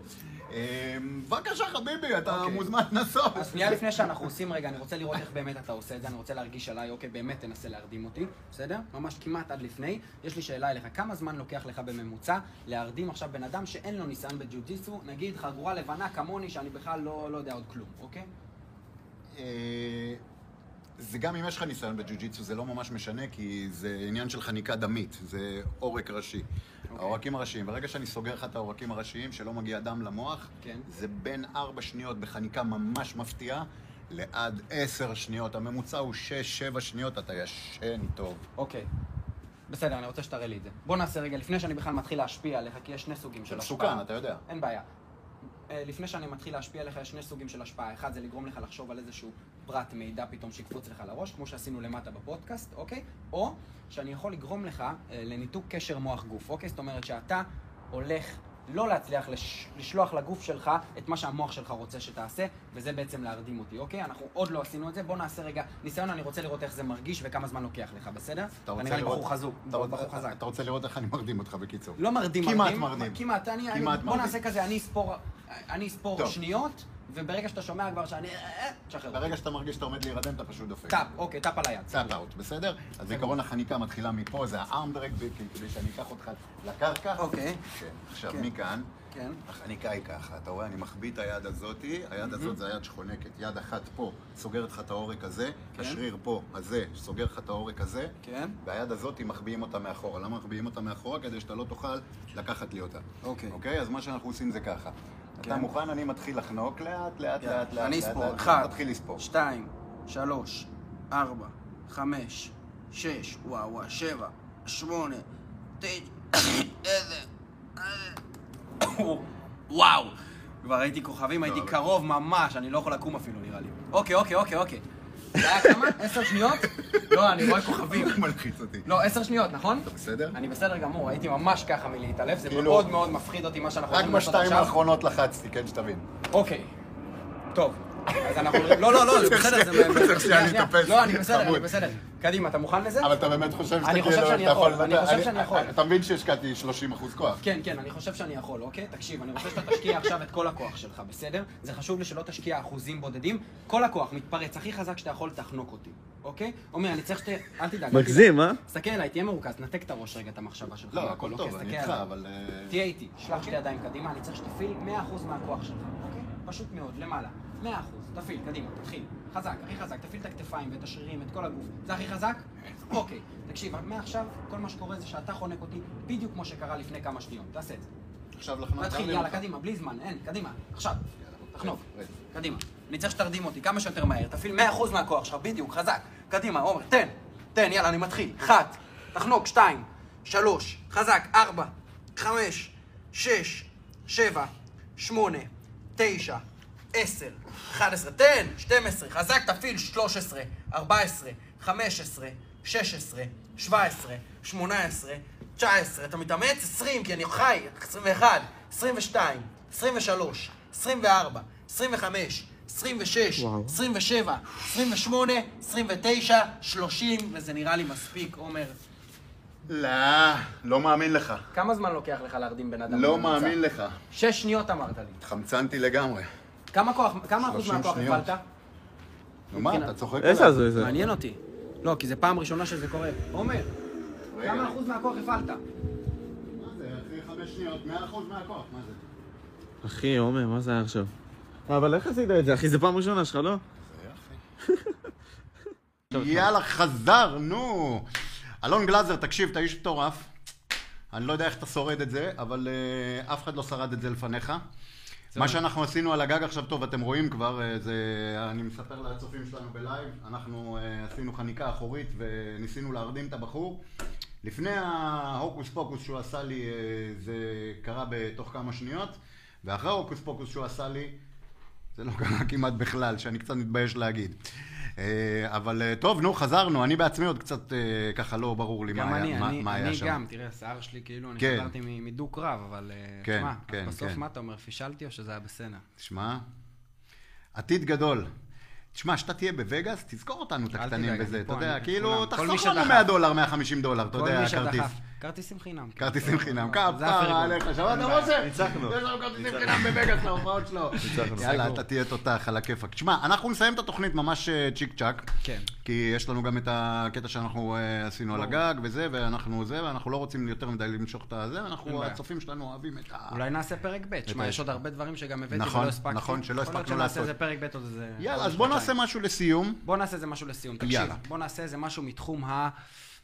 אה, בבקשה חביבי, אתה מוזמן לנסות.
אז שנייה לפני שאנחנו עושים, רגע, אני רוצה לראות איך באמת אתה עושה את זה, אני רוצה להרגיש עליי, אוקיי, באמת תנסה להרדים אותי, בסדר? ממש כמעט עד לפני. יש לי שאלה אליך, כמה זמן לוקח לך בממוצע להרדים עכשיו בן אדם שאין לו ניסיון בג'ו-ג'יסו, נגיד חגורה לבנה כמוני, שאני בכלל לא, לא יודע עוד כלום, אוקיי?
אה, זה גם אם יש לך ניסיון בג'ו-ג'יצו, זה לא ממש משנה, כי זה עניין של חניקה דמית, זה עורק ראשי.
אוקיי.
Okay. העורקים הראשיים, ברגע שאני סוגר לך את העורקים הראשיים, שלא מגיע דם למוח,
כן.
זה בין 4 שניות בחניקה ממש מפתיעה, לעד 10 שניות. הממוצע הוא 6-7 שניות, אתה ישן טוב.
אוקיי. בסדר, אני רוצה שתראה לי את זה. בוא נעשה רגע, לפני שאני בכלל מתחיל להשפיע עליך, כי יש שני סוגים
זה
של השפעה.
מסוכן, אתה יודע.
אין בעיה. אה, לפני שאני מתחיל להשפיע עליך, יש שני סוגים של השפעה. אחד, זה לגרום לך לחשוב על איזשהו פרט מידע פתאום שיקפוץ לך לראש, כמו שעשינו למטה בפודקאסט, אוקיי? או שאני יכול לגרום לך אה, לניתוק קשר מוח גוף, אוקיי? זאת אומרת שאתה הולך לא להצליח לש... לשלוח לגוף שלך את מה שהמוח שלך רוצה שתעשה, וזה בעצם להרדים אותי, אוקיי? אנחנו עוד לא עשינו את זה, בוא נעשה רגע ניסיון, אני רוצה לראות איך זה מרגיש וכמה זמן לוקח לך, בסדר?
אתה רוצה
נראה לי
לראות-
בחור חזוק,
אתה רוצה-
בחור חזק.
אתה רוצה לראות איך אני מרדים אותך, בקיצור.
לא מרדים,
כמעט
מרדים.
מרדים.
כמעט, אני, אני,
כמעט
בוא
מרדים.
נעשה כזה, אני אספור, אני אספור
טוב.
שניות, וברגע שאתה שומע כבר שאני, אה, אה, תשחרר.
ברגע שאתה מרגיש שאתה עומד להירדם, אתה פשוט דופק.
טאפ, אוקיי, טאפ על היד.
קצת אאוט, בסדר? אז עיקרון החניקה מתחילה מפה, זה הארם דרק, כן, כדי שאני אקח אותך לקרקע.
אוקיי.
כן. עכשיו,
כן.
מכאן,
כן.
החניקה היא ככה, אתה רואה, אני מחביא את היד הזאתי, היד הזאת זה היד שחונקת. יד אחת פה סוגרת לך את העורק הזה,
כן.
השריר פה, הזה, סוגר לך את העורק הזה,
כן.
והיד הזאתי מחביאים אותה מאחורה. למה מחביאים אותה מאחורה? כדי שאתה לא תוכל לקחת לי אותה.
אוקיי.
אוקיי? אז מה שאנחנו עושים זה ככה. אתה
כן.
מוכן? אני מתחיל לחנוק לאט, לאט,
יאללה,
לאט, לאט.
אני
לאט,
אספור.
לאט.
אחד,
תתחיל לספור.
שתיים, שלוש, ארבע, חמש, שש, וואו, וואו, שבע, שמונה, תשע, [COUGHS] עשר, עשר. [COUGHS] וואו, כבר הייתי כוכבים, הייתי
אבל-
קרוב ממש, אני לא יכול לקום אפילו נראה לי. אוקיי, אוקיי, אוקיי, אוקיי. [COUGHS] זה היה כמה? עשר שניות? [COUGHS] לא, אני רואה כוכבים.
[LAUGHS]
[COUGHS]
מלחיץ אותי.
לא, עשר שניות, נכון?
אתה בסדר?
אני בסדר גמור, הייתי ממש ככה מלהתעלף, זה
כאילו-
מאוד מאוד מפחיד אותי מה שאנחנו
רק
הולכים לעשות
בשתיים
עכשיו.
האחרונות לחצתי, כן, שתבין.
אוקיי. טוב. אז אנחנו... לא, לא, לא, זה בסדר, זה...
[LAUGHS] צריך
שנייה,
שאני
שנייה.
אתאפס.
לא, אני בסדר,
חמוד.
אני בסדר. קדימה, אתה מוכן לזה?
אבל אתה באמת חושב שאתה
אני חושב
כאילו,
שאני
אתה
יכול,
יכול...
אני חושב שאני יכול.
אתה מבין שהשקעתי 30 אחוז כוח.
כן, כן, אני חושב שאני יכול, אוקיי? תקשיב, אני רוצה שאתה תשקיע עכשיו את כל הכוח שלך, בסדר? זה חשוב לי שלא תשקיע אחוזים בודדים. כל הכוח מתפרץ הכי חזק שאתה יכול, תחנוק אותי, אוקיי? עומר, אני צריך שת... אל תדאג. אל
מגזים, אה?
תסתכל עליי, תהיה מרוכז, נתק את הראש רגע, את המחשבה שלך.
לא,
והכל,
הכל
אוקיי?
טוב, אני
תסתכל
איתך,
עליי.
אבל... אה,
תהיה איתי, שלח שתי ידיים קדימה, אני צריך שתפעיל 100% מהכוח שלך, אוקיי? פשוט מאוד, למעלה. 100%, תפעיל, קדימה, תתחיל. חזק, הכי חזק, תפעיל את הכתפיים ואת השרירים, את כל הגוף. זה הכי חזק? אוקיי. תקשיב, מעכשיו, כל מה שקורה זה שאתה חונק אותי בדיוק כמו שקרה לפני כמה שניות. תעשה את זה.
עכשיו לחנות.
נתחיל,
תרים
יאללה,
אותך.
קדימה, בלי זמן, אין, קדימה, עכשיו. תחנוק,
רד.
קדימה. אני צריך שתרדים אותי כמה שיותר מהר, תפעיל 100% מהכוח שלך, בדיוק, חזק. קדימה, עומר, תן, תן, יאללה, אני מתחיל. אחת, תחנוק, שתיים, שלוש, חזק, ארבע, חמש, שש, שבע, שמונה, תשע, עשר, אחד עשרה, תן, שתים עשרה, חזק, תפעיל, שלוש עשרה, ארבע עשרה, חמש עשרה, שש עשרה, שבע עשרה, שמונה עשרה, תשע עשרה, אתה מתאמץ? עשרים, כי אני חי, עשרים ואחד, עשרים ושתיים, עשרים ושלוש, עשרים וארבע, עשרים וחמש, עשרים ושש, עשרים ושבע, עשרים ושמונה, עשרים ותשע, שלושים, וזה נראה לי מספיק, עומר.
לא, לא מאמין לך.
כמה זמן לוקח לך להרדים בן אדם?
לא מאמין לך.
שש שניות אמרת לי.
התחמצנתי לגמרי.
כמה כוח, כמה אחוז
30
מהכוח
שניות.
הפעלת?
נו מה, אתה צוחק עליי?
איזה הזוי זה?
מעניין אותי. לא, כי זה פעם ראשונה שזה קורה. עומר,
רגע.
כמה אחוז מהכוח הפעלת?
מה זה, אחרי חמש שניות, 100 אחוז מהכוח, מה זה?
אחי, עומר, מה זה היה עכשיו? אבל איך עשית את זה, אחי? זה פעם ראשונה שלך, לא?
יאללה, חזרנו! אלון גלזר, תקשיב, אתה איש מטורף. אני לא יודע איך אתה שורד את זה, אבל אה, אף אחד לא שרד את זה לפניך. מה שאנחנו עשינו על הגג עכשיו, טוב, אתם רואים כבר, אה, זה, אני מספר לצופים שלנו בלייב, אנחנו אה, עשינו חניקה אחורית וניסינו להרדים את הבחור. לפני ההוקוס פוקוס שהוא עשה לי, אה, זה קרה בתוך כמה שניות, ואחרי ההוקוס פוקוס שהוא עשה לי, זה לא קרה כמעט בכלל, שאני קצת מתבייש להגיד. אה, אבל אה, טוב, נו, חזרנו, אני בעצמי עוד קצת אה, ככה לא ברור לי
גם
מה
אני,
היה- מה-
אני,
מה היה
אני
שם.
גם, תראה, השיער שלי כאילו, אני
כן.
חזרתי מ- מדו-קרב, אבל אה,
כן,
תשמע,
כן,
בסוף
כן.
מה אתה אומר, פישלתי או שזה היה בסדר?
תשמע, עתיד גדול. תשמע, כשאתה תהיה בווגאס, תזכור אותנו את
אל
הקטנים
תדאג, אני
בזה,
פה,
אתה יודע,
אני
כאילו,
לכולם. כל מי
תחסוך לנו
שדחף.
100 דולר, 150 דולר, אתה
כל
יודע,
מי שדחף.
הכרטיס.
כרטיסים חינם. כן. [LAUGHS]
כרטיסים חינם,
זה הפרגון.
כפרה עליך, שמעת
בעיה,
משה?
ניצחנו.
יש לנו כרטיסים חינם בווגאס להופעות שלו.
ניצחנו.
יאללה,
סגור.
אתה תהיה תותח על הכיפאק. תשמע, אנחנו נסיים את התוכנית ממש אה, צ'יק צ'אק.
כן.
כי יש לנו גם את הקטע שאנחנו אה, עשינו על הגג וזה, ואנחנו זה, ואנחנו לא רוצים יותר מדי למשוך את הזה,
אין
ואנחנו,
בעיה.
הצופים שלנו אוהבים את ה...
אולי נעשה פרק ב', שמע,
ה-
יש עוד הרבה דברים שגם
אוקיי.
הבאתי
נכון,
ולא הספקתי.
נכון, שלא
יכול להיות
הספקנו
שנעשה
לעשות.
איזה פרק ב' עוד איזה...
יאללה,
חודש,
אז בוא נעשה
חודשיים.
משהו לסיום.
בוא נעשה איזה משהו לסיום, תקשיב.
יאללה.
בוא נעשה איזה משהו מתחום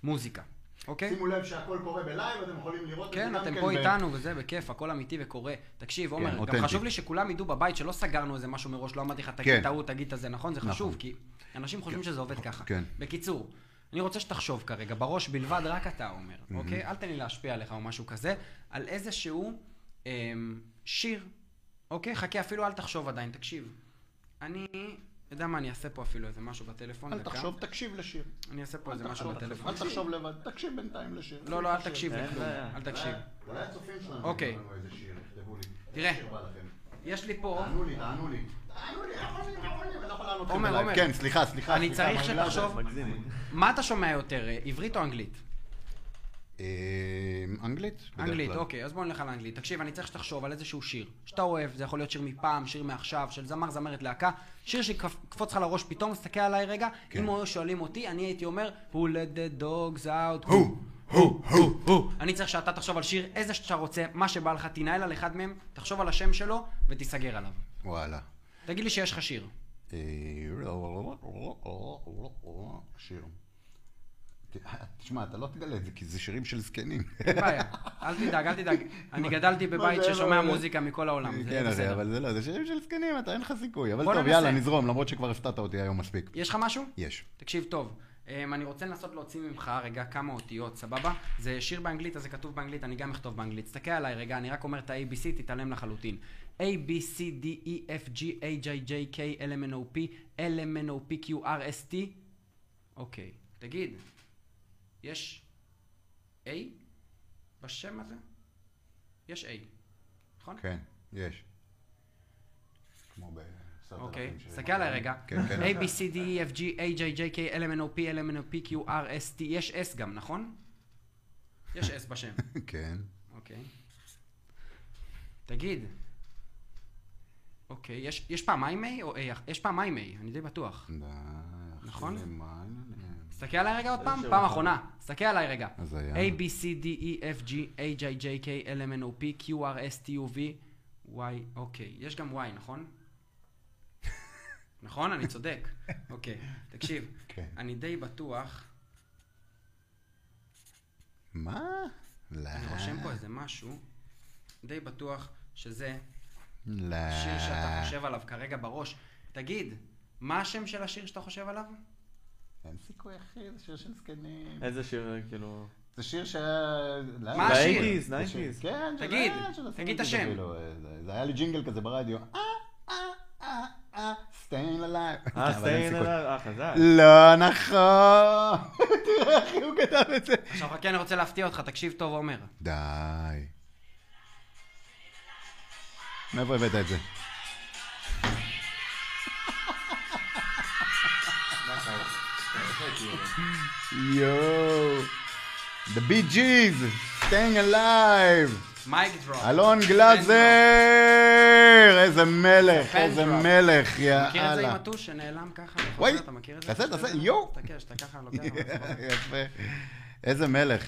המוזיקה, אוקיי?
שימו לב שהכל קורה בלייב, אתם יכולים לראות את זה
כן,
גם
אתם פה
ב- כן,
איתנו וזה, בכיף, הכל אמיתי וקורה. תקשיב, עומר,
אותנטי.
גם חשוב לי שכולם ידעו בבית שלא סגרנו איזה משהו מראש, לא אמרתי לך,
כן.
תגיד את ההוא, תגיד את זה, נכון? זה חשוב, כי אנשים חושבים שזה עובד ככה.
כן.
בקיצור, אני רוצה שתחשוב כרגע, בראש בלבד, רק אתה אומר, אוקיי? אל תן לי להשפיע עליך או משהו כזה, על איזשהו אמ, שיר, אוקיי? חכה, אפילו אל תחשוב עדיין, תקשיב. אני, אתה יודע מה, אני אעשה פה אפילו איזה משהו בטלפון,
אל
דקה.
תחשוב, תקשיב לשיר.
אני אעשה פה
אל
איזה משהו
תחשוב,
בטלפון.
אל תחשוב לבד, תקשיב בינתיים לשיר. אה,
לא, לא, אל תקשיב
אין
לכלום,
בעיה.
אל תקשיב.
אולי הצופים שלנו
אוקיי.
יגידו לנו איזה שיר, יכתבו לי.
תראה.
איזה שיר בא לכם?
יש לי פה...
תענו לי, תענו לי. תענו לי, לא יכולים, לא יכולים, אני לא יכול לענות לכם
עומר,
בלייב.
עומר.
כן, סליחה, סליחה.
אני
סליחה, לא
צריך
מר גלאזר.
שתחשוב,
מגזים.
מה אתה שומע יותר, אה, עברית או אנגלית?
אה, אנגלית? בדרך
אנגלית,
כלל.
אוקיי, אז בואו נלך על אנגלית. תקשיב, אני צריך שתחשוב על איזשהו שיר שאתה אוהב, זה יכול להיות שיר מפעם, שיר מעכשיו, של זמר, זמרת, להקה, שיר שקפוץ לך לראש פתאום, תסתכל עליי רגע,
כן.
אם היו שואלים אותי, אני הייתי אומר, who let the dogs out,
הו, הו, הו.
הו. אני צריך שאתה תחשוב על שיר, איזה שאתה רוצה, מה שבא לך, תנהל על אחד מהם, תחשוב על השם שלו ותיסגר עליו.
וואלה.
תגיד לי שיש לך שיר.
אה, שיר. ת- תשמע, אתה לא תגלה את זה, כי זה שירים של זקנים.
אין בעיה, אל תדאג, אל תדאג. אני גדלתי בבית
זה,
ששומע
לא, לא.
מוזיקה מכל העולם, זה
כן, אחי,
בסדר.
אבל זה לא, זה שירים של זקנים, אתה אין לך סיכוי. אבל
בוא
טוב,
ננסה.
יאללה, נזרום, למרות שכבר הפתעת אותי היום מספיק.
יש לך משהו?
יש.
תקשיב טוב, אמ, אני רוצה לנסות להוציא ממך רגע כמה אותיות, סבבה? זה שיר באנגלית, אז זה כתוב באנגלית, אני גם אכתוב באנגלית. תסתכל עליי רגע, אני רק אומר את ה-ABC, תתעלם לחלוטין. A, B, C, D, E, F, G, H, I, J, K, L, M, N, O, P, L, M, N, O, P, Q, R, S, T. אוקיי, תגיד, יש A בשם הזה? יש A, נכון?
כן, יש. כמו ב...
אוקיי, תסתכל עליי רגע.
כן, כן.
A, B, C, D, E, F, G, H, I, J, K, L, M, N, O, P, L, M, N, O, P, Q, R, S, T, יש S גם, נכון? יש S
[LAUGHS]
בשם,
כן.
אוקיי. תגיד. אוקיי, יש- יש פעמיים A או A? יש פעמיים A, אני די בטוח.
די, אחי,
נכון?
מה העניינים?
תסתכל עליי רגע עוד פעם,
שאלה
פעם
אחת.
אחרונה. תסתכל עליי רגע.
אז היה.
A, B, C, D, E, F, G, H, I, J, K, L, M, N, O, P, Q, R, S, T, U, V, Y, אוקיי. יש גם Y,
[LAUGHS]
נכון? נכון? אני צודק. אוקיי, תקשיב.
כן.
אני די בטוח,
מה? לא.
אני רושם פה איזה משהו, די בטוח שזה
לא.
שיר שאתה חושב עליו כרגע בראש. תגיד, מה השם של השיר שאתה חושב עליו?
אין סיכוי, אחי, זה שיר של זקנים.
איזה שיר, כאילו...
זה שיר ש... לא,
מה
זה
השיר?
שיר.
90s, 90s.
כן, של-
תגיד,
אה, של
תגיד את
90s
השם.
אפילו, אה, זה- זה היה לי ג'ינגל כזה ברדיו. אה, אה, אה, אה, סטיין ללייב.
אה, סטיין עליו, אה, חזק.
לא נכון. [LAUGHS] תראה איך הוא כתב את זה.
עכשיו חכה, אני רוצה להפתיע אותך, תקשיב טוב, עומר.
די. מאיפה הבאת את זה? יואו. The Bee Gees, staying alive.
מייק דרופ.
אלון גלזר, איזה מלך,
פן
איזה
דרופ.
מלך, יאללה.
מכיר את זה עם הטוש שנעלם ככה?
וואי,
אתה מכיר את זה?
תעשה, תעשה, יואו. [LAUGHS]
תסתכל, שאתה ככה לוקח.
[LAUGHS] יפה. איזה מלך.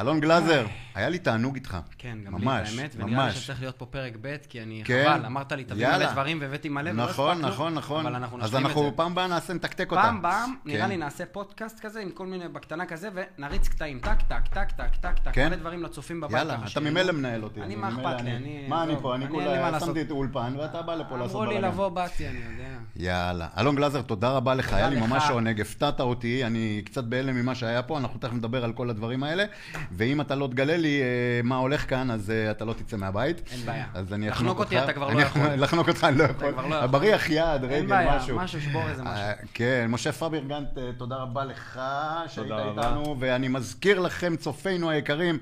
אלון גלאזר, היה לי תענוג איתך.
כן, גם
ממש,
לי, האמת, ונראה לי
ממש.
שצריך להיות פה פרק ב', כי אני
כן.
חבל, אמרת לי, תביא
יאללה.
מלא דברים והבאתי מלא, ולא
נכון,
הספקנו,
נכון, נכון.
אבל אנחנו
אז
נשלים את
אנחנו
זה.
פעם הבאה נעשה, נתקתק אותה.
פעם פעם, נראה
כן.
לי נעשה פודקאסט כזה עם כל מיני, בקטנה כזה, ונריץ קטעים, טק, טק, טק, טק, טק, טק,
כן.
מלא דברים לצופים בבית.
יאללה,
ככה
אתה
שיהיו.
ממילא מנהל אותי.
אני, מה
ממילא
אכפת לי, אני...
מה אני
טוב,
פה? אני
אין לי מה
כולה
לעשות.
שמתי את האולפן, ואתה בא לפה לעשות
אמרו לי
בלאגן.
לבוא, באתי, אני יודע.
יאללה. אלון גלזר, תודה רבה לך, היה לי
לך.
ממש עונג, הפתעת אותי, אני קצת בהלם ממה שהיה פה, אנחנו תכף נדבר על כל הדברים האלה, ואם אתה לא תגלה לי אה, מה הולך כאן, אז אה, אתה לא תצא מהבית.
אין בעיה.
אז אני אחנוק
לחנוק
אותך.
אותי אתה כבר לא
אני-
יכול.
לחנוק אותך אני לא יכול.
כבר לא יכול.
בריח יד, רגל, משהו.
אין בעיה, משהו, שבור איזה משהו.
אה, כן, משה פאבר גנט, אה, תודה רבה לך שהיית
תודה רבה.
איתנו, ואני מזכיר לכם, צופינו היקרים,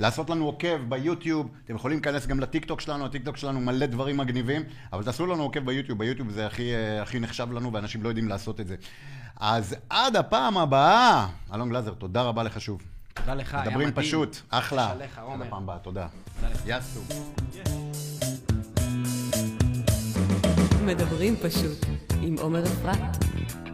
לעשות לנו עוקב ביוטיוב, אתם יכולים להיכנס גם לטיקטוק שלנו, הטיקטוק שלנו מלא דברים מגניבים, אבל תעשו לנו עוקב ביוטיוב, ביוטיוב זה הכי, אה, הכי נחשב לנו, ואנשים לא יודעים לעשות את זה. אז עד הפעם הבאה, אלון גלזר, תודה רבה לך שוב.
תודה לך, אה, היה מדהים.
מדברים פשוט, אחלה.
יש עליך,
עד
עומר.
הפעם הבאה, תודה.
תודה לך.
יאסו.
מדברים פשוט עם עומר אפרת.